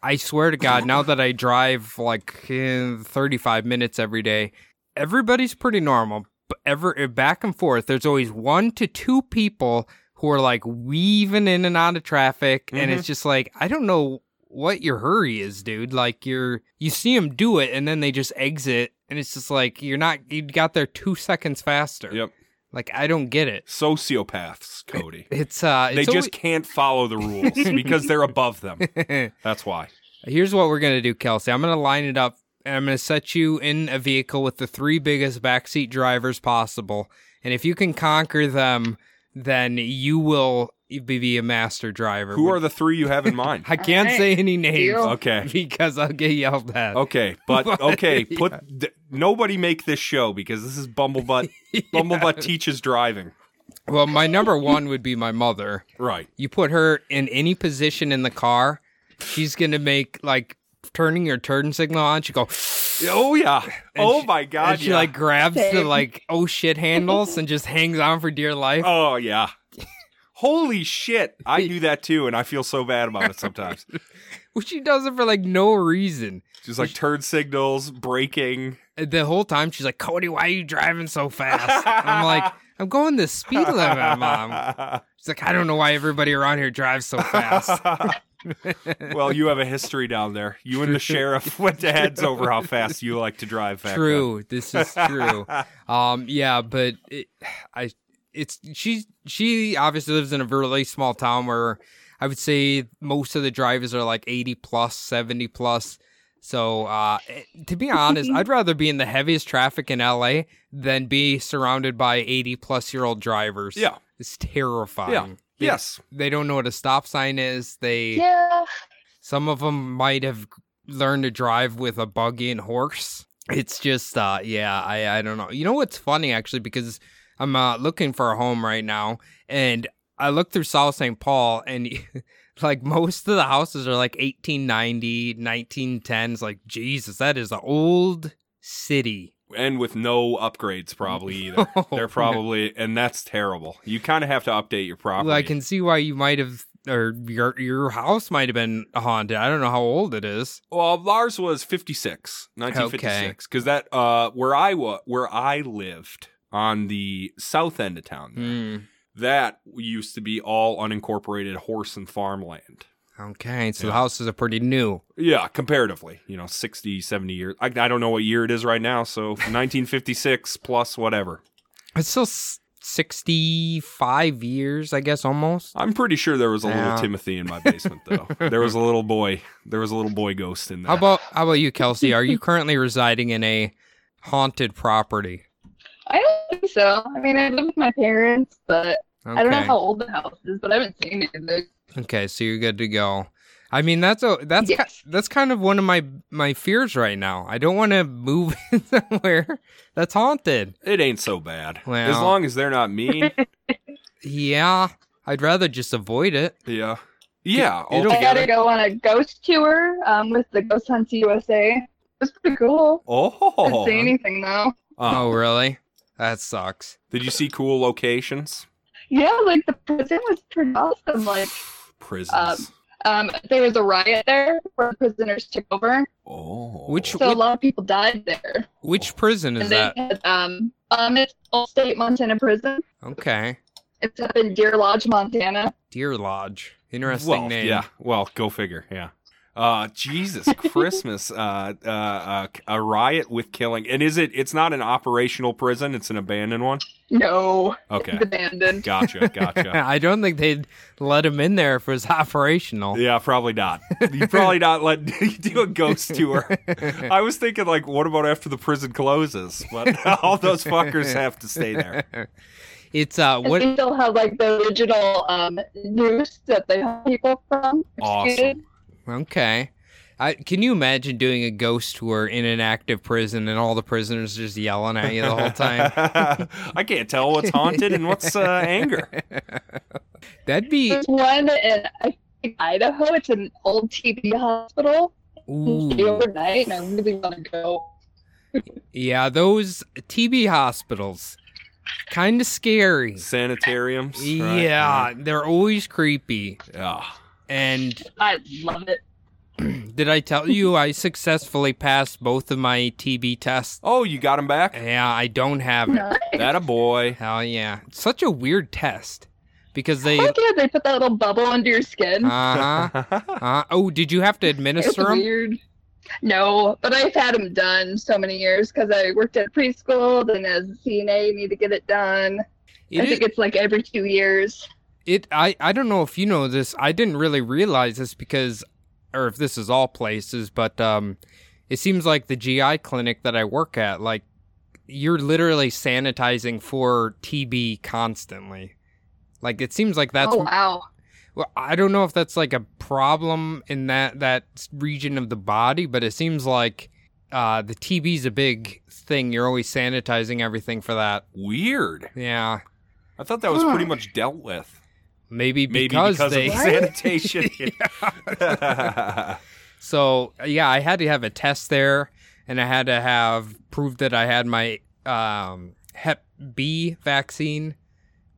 C: I swear to God, now that I drive like eh, 35 minutes every day, everybody's pretty normal. But ever eh, back and forth, there's always one to two people who are like weaving in and out of traffic, and
A: Mm-hmm.
C: it's just like I don't know what your hurry is, dude. Like you're you see them do it, and then they just exit, and it's just like you're not you got there two seconds faster.
A: Yep.
C: Like I don't get it.
A: sociopaths, Cody.
C: It's uh,
A: They
C: it's
A: just can't follow the rules because they're above them.
C: always-
A: That's why.
C: Here's what we're gonna do, Kelsey. I'm gonna line it up, and I'm gonna set you in a vehicle with the three biggest backseat drivers possible. And if you can conquer them, then you will be- be a master driver.
A: Who are the three you have in mind?
C: I can't say any names
B: Deal.
A: Okay.
C: because I'll get yelled at.
A: Okay, but
C: What?
A: okay, put th- nobody make this show because this is Bumblebutt. Bumblebutt teaches driving.
C: Well, my number one would be my mother.
A: Right.
C: You put her in any position in the car, she's gonna make like turning your turn signal on. She go.
A: Oh yeah. oh
C: she-
A: my god.
C: and she
A: yeah.
C: like grabs the
B: Same.
C: like oh shit handles and just hangs on for dear life.
A: Oh yeah. Holy shit. I do that too and I feel so bad about it sometimes.
C: Well, she does it for like no reason.
A: Just like turn signals, braking.
C: The whole time she's like, Cody, why are you driving so fast? I'm like, I'm going the speed limit, mom. She's like, I don't know why everybody around here drives so fast.
A: well, you have a history down there. You and the sheriff went to heads over how fast you like to drive. Back
C: true, this is true. Um, yeah, but it, I, it's she. She obviously lives in a really small town where I would say most of the drivers are like 80 plus, 70 plus. So, uh, it- to be honest, I'd rather be in the heaviest traffic in LA than be surrounded by 80 plus year old drivers.
A: Yeah.
C: It's terrifying.
A: Yeah.
C: They,
A: Yes.
C: They don't know what a stop sign is. They
B: yeah,
C: some of them might have learned to drive with a buggy and horse. It's just, uh, yeah, I, I don't know. You know what's funny actually, because I'm uh, looking for a home right now, and I look through South St. Paul, and like most of the houses are like 1890, 1910s. Like Jesus, that is an old city. Oh,
A: And with no upgrades, probably either. They're probably, and that's terrible. You kind of have to update your property.
C: Well, I can see why you might have, or your your house might have been haunted. I don't know how old it is.
A: Well, Lars was 56, 1956, because that uh, where I wa- where I lived on the south end of town, there,
C: Hmm.
A: that used to be all unincorporated horse and farmland.
C: Okay, so the
A: Yeah.
C: houses are pretty new.
A: Yeah, comparatively, you know, 60, 70 years. I, I don't know what year it is right now. So 1956 plus whatever.
C: It's still s- 65 years, I guess, almost.
A: I'm pretty sure there was a
C: Yeah.
A: little Timothy in my basement, though. there was a little boy. There was a little boy ghost
B: Oh,
A: in there.
C: How about how about you, Kelsey? Are you currently residing in a haunted property?
B: I don't think so. I mean, I live with my parents, but
C: Okay.
B: I don't know how old the house is, but I haven't seen it. in the-
C: Okay, so you're good to go. I mean, that's a that's ki-
B: Yes.
C: that's kind of one of my my fears right now. I don't want to move somewhere that's haunted.
A: it ain't so bad. as
C: Well.
A: long as they're not mean.
C: Yeah, I'd rather just avoid it.
A: yeah. Yeah.
C: It- it'll-
B: I
A: altogether.
B: gotta go on a ghost tour um, with the Ghost Hunts USA. It was pretty cool. Didn't see
A: Oh.
B: anything though.
A: Uh,
C: Oh, really? That sucks.
A: did you see cool locations?
B: Yeah, like the prison was pretty awesome. Like,
A: Prisons.
B: um, there was a riot there where prisoners took over,
A: oh.
C: Which-
B: so a lot of people died there.
C: Which prison is
B: Oh. and they
C: that?
B: had um, um, it's Old State Montana Prison.
C: Okay,
B: It's up in Deer Lodge, Montana.
C: Deer Lodge. Interesting
A: well,
C: name.
A: Yeah. Well, go figure. Yeah. Uh, Jesus Christmas. uh, uh, uh, a riot with killing. And is it? It's not an operational prison. It's an abandoned one.
B: No,
A: Okay.
B: it's abandoned.
A: Gotcha. Gotcha.
C: I don't think they'd let him in there if it was operational.
A: Yeah, probably not. You probably not let you do a ghost tour. I was thinking like, what about after the prison closes? But all those fuckers have to stay there.
C: it's uh
B: And
C: what
B: They still have like the original um, noose that they hung people from.
A: Awesome.
C: okay. I, can you imagine doing a ghost tour in an active prison and all the prisoners just yelling at you the whole time?
A: I can't tell what's haunted and what's uh, anger.
C: That'd be
B: There's one in I think, Idaho. It's an old TB hospital. Stay
C: ooh.
B: overnight, and I really want to go.
C: Yeah, those TB hospitals. Kind of scary.
A: Sanitariums. right?
C: yeah, they're always creepy.
A: Yeah.
C: And
B: I love it.
C: did I tell you I successfully passed both of my TB tests?
A: Oh, you got him back.
C: Yeah, I don't have it.
B: Nice.
A: That a boy.
C: Hell yeah. It's such a weird test because they
B: Heck yeah, Oh they put that little bubble under your skin.
C: uh-huh. Uh, oh, did you have to
B: It's
C: administer them?
B: weird. No, but I've had them done so many years because I worked at preschool. Then as a CNA, you need to get it done. I
C: It, is,
B: think it's like every two years.
C: it I, I don't know if you know this. I didn't really realize this because or if this is all places, but um it seems like the GI clinic that I work at like you're literally sanitizing for TB constantly. Like it seems like that's
B: oh wow.
C: well, I don't know if that's like a problem in that that region of the body, but it seems like uh, the TB's a big thing. You're always sanitizing everything for that.
A: Weird.
C: Yeah,
A: I thought that was pretty much dealt with.
C: maybe
A: Maybe
C: because,
A: because
C: they.
A: of
B: Right?
A: sanitation.
C: So yeah, I had to have a test there, and I had to have proof that I had my um, Hep B vaccine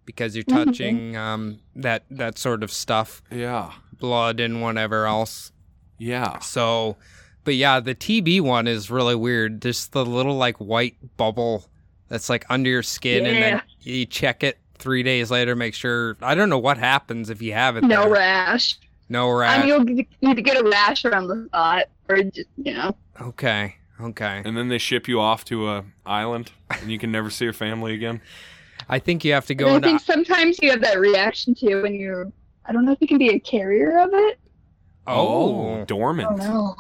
C: because you're
B: Mhm.
C: touching um, that that sort of stuff,
A: yeah.
C: blood and whatever else.
A: Yeah.
C: So, but yeah, the TB one is really weird. Just the little like white bubble that's like under your skin, and then you check it three days later, make sure. I don't know what happens if you have it.
B: No
C: there.
B: rash.
C: No
B: I
C: rash.
B: mean, you'll g- need to get a rash around the spot, or just you know.
C: okay. Okay.
A: And then they ship you off to a island, and you can never see your family again.
C: I think you have to
B: And
C: go
B: I think
C: into.
B: sometimes you have that reaction too when you're. I don't know if you can be a carrier of it.
C: Oh.
B: I don't
A: dormant.
B: know.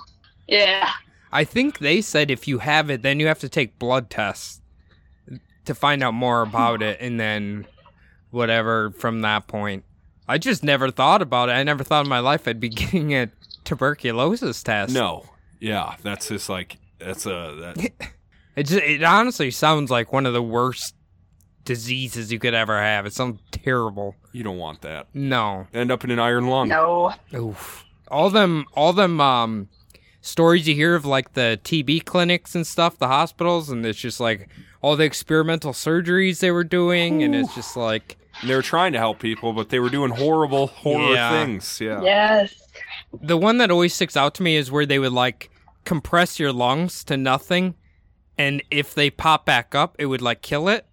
B: Yeah.
C: I think they said if you have it, then you have to take blood tests to find out more about it, and then whatever from that point. I just never thought about it. I never thought in my life I'd be getting a tuberculosis test.
A: No. Yeah, that's just like that's a that,
C: It just, it honestly sounds like one of the worst diseases you could ever have. It sounds terrible.
A: you don't want that.
C: No.
A: End up in an iron
C: Um,
A: lung.
B: No.
C: Oof. All them all them um stories you hear of like the TB clinics and stuff, the hospitals and it's just like all the experimental surgeries they were doing and it's just like
A: And They were trying to help people, but they were doing horrible horror
C: Yeah.
A: things. Yeah.
B: Yes.
C: the one that always sticks out to me is where they would like compress your lungs to nothing and if they pop back up it would like kill it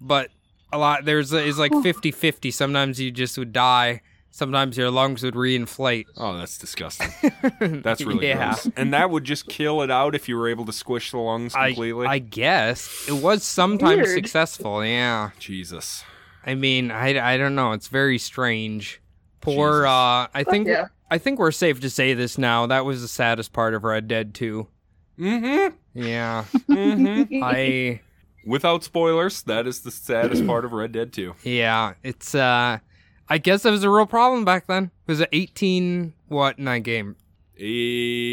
C: but a lot there's is like 50-50 sometimes you just would die sometimes your lungs would reinflate.
A: Oh, that's disgusting.
C: That's
A: That's really gross. And that would just kill it out if you were able to squish the lungs
C: I,
A: completely.
C: I guess it was sometimes
B: Weird.
C: successful. Yeah.
A: Jesus.
C: I mean, I, I don't know. It's very strange. Poor.
A: Jesus.
C: Uh, I
B: Fuck
C: think
B: yeah.
C: I think we're safe to say this now. That was the saddest part of Red Dead 2.
A: Mm-hmm.
C: Yeah.
A: Mm-hmm.
C: I.
A: Without spoilers, that is the saddest part of Red Dead 2.
C: Yeah. It's. uh I guess it was a real problem back then. It was an 18 what in that game?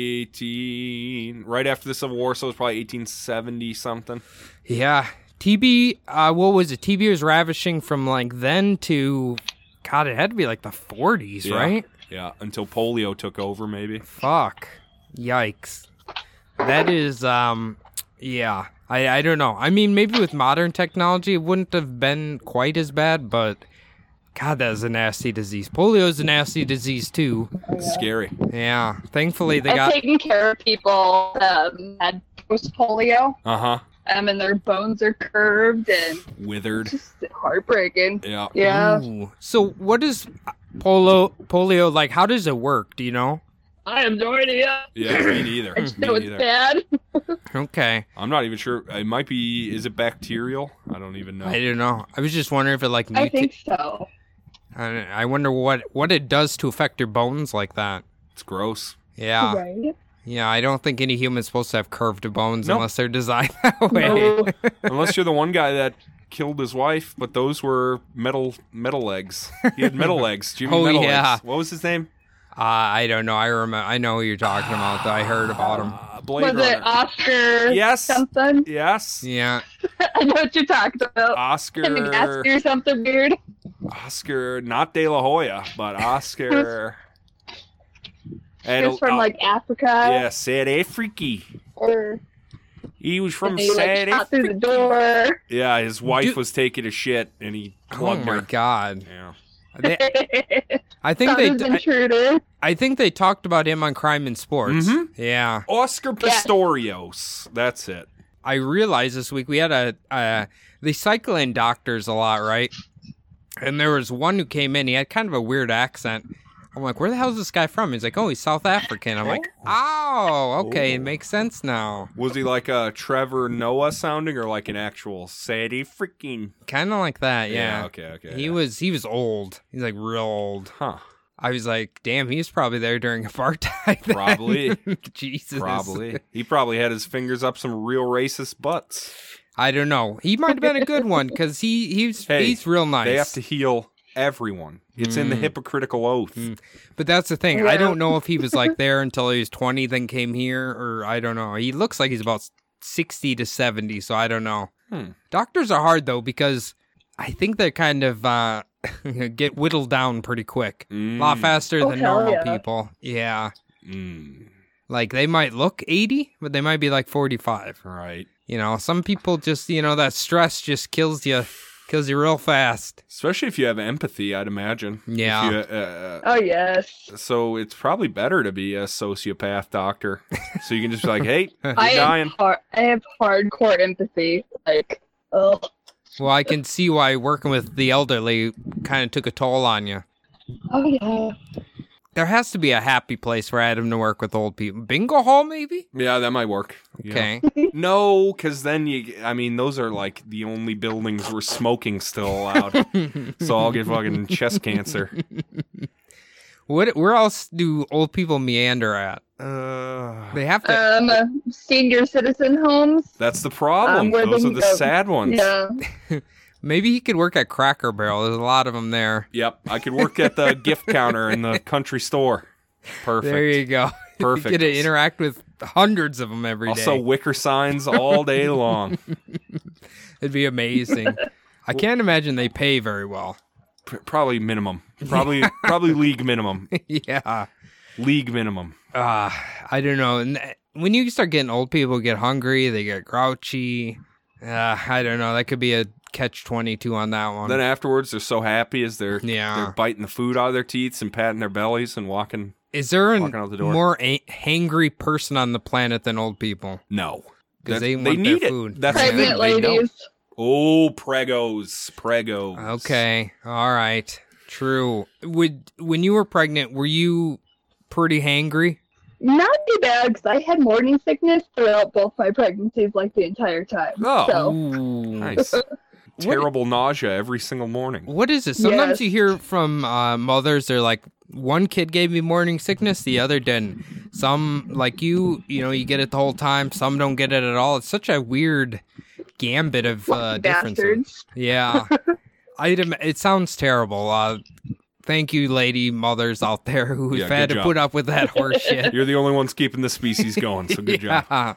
A: 18 right after the civil war so it's probably 1870 something
C: Yeah. TB, uh, what was it? TB was ravishing from like then to, God, it had to be like the 40s,
A: Yeah.
C: right?
A: yeah until polio took over maybe
C: Fuck. Yikes. That is, um, yeah. I, I don't know. I mean, maybe with modern technology, it wouldn't have been quite as bad, but God, that is a nasty disease. Polio is a nasty disease, too.
A: it's scary
C: Yeah. Thankfully, they
B: I've
C: got.
B: taken care of people that um, had post polio,
A: uh-huh
B: um, and their bones are curved and
A: withered
B: just heartbreaking.
A: yeah
B: Yeah,
C: Ooh. So, what is polo, polio like? How does it work? Do you know?
B: I have no idea.
A: yeah me neither
B: I just
A: Hmm, Me
B: know it's
A: neither.
B: bad.
C: Okay.
A: i'm not even sure it might be is it bacterial i don't even know
C: I don't know. I was just wondering if it like.
B: I
C: Muta-
B: think so.
C: I, I wonder what, what it does to affect your bones like that.
A: it's gross
C: Yeah.
B: right?
C: Yeah, I don't think any human's supposed to have curved bones
A: Nope.
C: unless they're designed that way.
B: No.
A: unless you're the one guy that killed his wife but those were metal metal legs he had metal legs jimmy
C: Oh,
A: metal
C: yeah.
A: legs what was his name
C: Uh, I don't know. I remember. I know who you're talking about. though. I heard about him.
A: uh, blade
B: Was it
A: runner
B: Oscar
A: yes
B: something?
A: yes
C: Yeah,
B: I know what you're talking about. And the
A: oscar
B: gas or something weird.
A: Oscar, not De La Hoya, but Oscar.
B: He
A: and,
B: was from
A: uh,
B: like Africa.
A: yeah, South Africa.
B: Or
A: He was
B: from
A: from
B: he,
A: South
B: like, shot through the
A: Africa.
B: door.
A: Yeah, his wife
C: Dude-
A: was taking a shit and he
C: oh
A: plugged
C: my
A: her.
C: god.
A: Yeah.
C: They, I think
B: Son
C: they.
B: of an
C: I,
B: intruder.
C: I think they talked about him on Crime and Sports.
A: Mhm.
C: Yeah,
A: Oscar
B: Yeah.
A: Pistorius. That's it.
C: I realized this week we had a. Uh, they cycle in doctors a lot, right? And there was one who came in. He had kind of a weird accent. I'm like, where the hell's this guy from? He's like, oh, he's South African. I'm like, oh, okay, it
A: Oh.
C: makes sense now.
A: Was he like a Trevor Noah sounding or like an actual South African?
C: Kind of like that, Uh, yeah.
A: Okay, okay.
C: He
A: yeah.
C: was he was old. He's like real old.
A: Huh.
C: I was like, damn, he was probably there during apartheid. then.
A: Probably.
C: Jesus.
A: Probably. he probably had his fingers up some real racist butts.
C: I don't know. He might have been a good one because he he's
A: Hey,
C: he's real nice.
A: They have to heal everyone. It's in the
C: Mm.
A: hypocritical oath.
C: Mm. But that's the thing. I
B: Yeah.
C: don't know if he was like there until he was twenty, then came here, or I don't know. He looks like he's about sixty to seventy, so I don't know.
A: Hmm.
C: Doctors are hard though because I think they're kind of uh, get whittled down pretty quick, a lot
A: Mm.
C: faster
B: Oh,
C: than
B: hell
C: normal
B: yeah.
C: people. Yeah.
A: Mm.
C: Like they might look 80, but they might be like 45.
A: Right.
C: You know, some people just, you know, that stress just kills you, kills you real fast.
A: Especially if you have empathy, I'd imagine. If
C: Yeah.
A: you, uh,
B: Oh yes.
A: uh, so it's probably better to be a sociopath doctor. so you can just be like, hey, you're
B: I have,
A: dying.
B: har- I have hardcore empathy. Like, oh,
C: Well, I can see why working with the elderly kind of took a toll on you.
B: oh yeah.
C: There has to be a happy place for Adam to work with old people. Bingo hall, maybe?
A: Yeah, that might work. Yeah.
C: Okay.
A: No, because then you, I mean, those are like the only buildings where smoking still allowed. so I'll get fucking chest cancer.
C: What? Where else do old people meander at?
A: Uh,
C: They have to.
B: Um, senior citizen homes.
A: that's the
B: Um,
A: problem.
B: where
A: those
B: they
A: are the
B: go-
A: sad ones.
B: Yeah.
C: maybe he could work at Cracker Barrel. There's a lot of them there.
A: Yep. I could work at the gift counter in the country store. Perfect.
C: There you go.
A: Perfect.
C: You get to interact with hundreds of them every day.
A: also, wicker signs all day long.
C: It'd be amazing. I can't imagine they pay very well.
A: P- probably minimum. Probably probably league minimum.
C: yeah.
A: League minimum.
C: Uh, I don't know. And th- when you start getting old, people get hungry, they get grouchy. Uh, I don't know. That could be a catch 22 on that one.
A: Then afterwards, they're so happy as they're
C: yeah.
A: they're biting the food out of their teeth and patting their bellies and walking.
C: Is there a
A: walking out the door.
C: more a- hangry person on the planet than old people?
A: No,
C: Because
A: That-
C: they
A: they
C: want
A: need
C: their
A: it.
C: food.
A: That's the
B: Pregnant
A: thing, they know.
B: ladies.
A: oh pregos, pregos.
C: Okay. All right. true. Would when you were pregnant, were you pretty hangry?
B: Not too bad because I had morning sickness throughout both my pregnancies, like the entire time.
A: Oh.
B: So,
C: Ooh.
A: Nice. Terrible nausea every single morning.
C: What is it? Sometimes
B: Yes.
C: you hear from uh, mothers, they're like, one kid gave me morning sickness, the other didn't. Some, like you, you know, you get it the whole time. Some don't get it at all. It's such a weird gambit of uh,
B: lucky
C: differences.
B: bastards.
C: Yeah. I'd, im- it sounds terrible. Uh, thank you, lady mothers out there who've
A: Yeah,
C: had
A: good
C: to
A: job.
C: put up with that horse shit.
A: You're the only ones keeping the species going, so good job.
C: Yeah.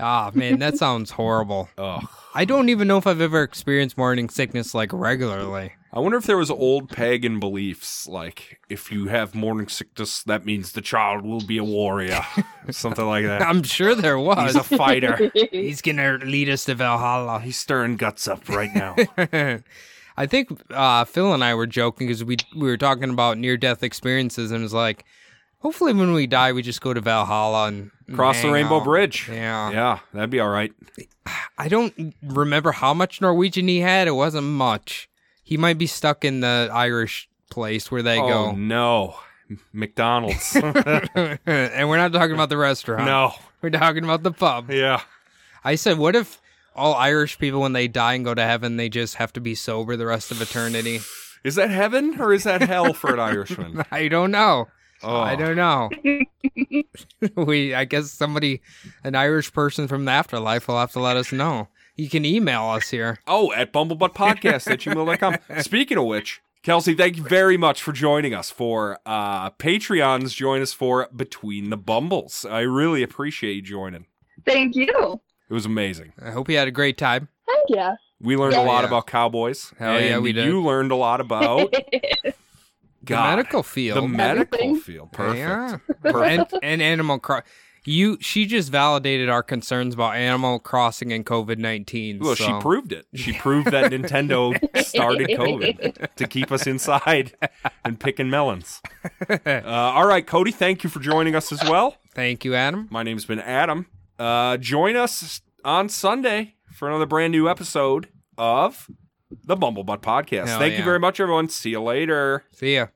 C: Ah, man, that sounds horrible.
A: Ugh.
C: I don't even know if I've ever experienced morning sickness like regularly.
A: I wonder if there was old pagan beliefs like if you have morning sickness, that means the child will be a warrior, or something like that.
C: I'm sure there was.
A: He's a fighter.
C: He's gonna lead us to Valhalla.
A: He's stirring guts up right now.
C: I think uh, Phil and I were joking because we we were talking about near death experiences and it's like, hopefully when we die we just go to Valhalla and and
A: Cross the
C: hang
A: Rainbow
C: out.
A: Bridge.
C: Yeah.
A: Yeah, that'd be all right.
C: I don't remember how much Norwegian he had. It wasn't much. He might be stuck in the Irish place where they
A: oh no, McDonald's.
C: go, and we're not talking about the restaurant.
A: Oh, no,
C: we're talking about the pub.
A: yeah,
C: I said, what if all Irish people when they die and go to heaven they just have to be sober the rest of eternity?
A: is that heaven or is that hell for an Irishman?
C: I don't know.
A: Oh,
C: I don't know. we, I guess somebody, an Irish person from the afterlife, will have to let us know. You can email us here.
A: Oh, at bumblebuttpodcast at gmail.com. Speaking of which, Kelsey, thank you very much for joining us for uh, Patreons. Join us for Between the Bumbles. I really appreciate you joining.
B: Thank you.
A: It was amazing.
C: I hope you had a great time.
B: Heck yeah.
A: We learned
B: Yeah.
A: a lot
C: Yeah.
A: about cowboys.
C: Hell yeah,
A: and
C: we did.
A: You learned a lot about God,
C: The medical field.
A: the medical
B: Everything.
A: field. Perfect.
C: Yeah.
A: Perfect.
C: And, and Animal Crossing. You, she just validated our concerns about Animal Crossing and COVID nineteen.
A: Well, she proved it. She proved that Nintendo started COVID to keep us inside and picking melons. Uh, all right, Cody, thank you for joining us as well.
C: Thank you, Adam.
A: My name's been Adam. Uh, join us on Sunday for another brand new episode of the Bumblebutt Podcast.
C: Hell
A: Thank
C: yeah.
A: you very much, everyone. See you later.
C: See ya.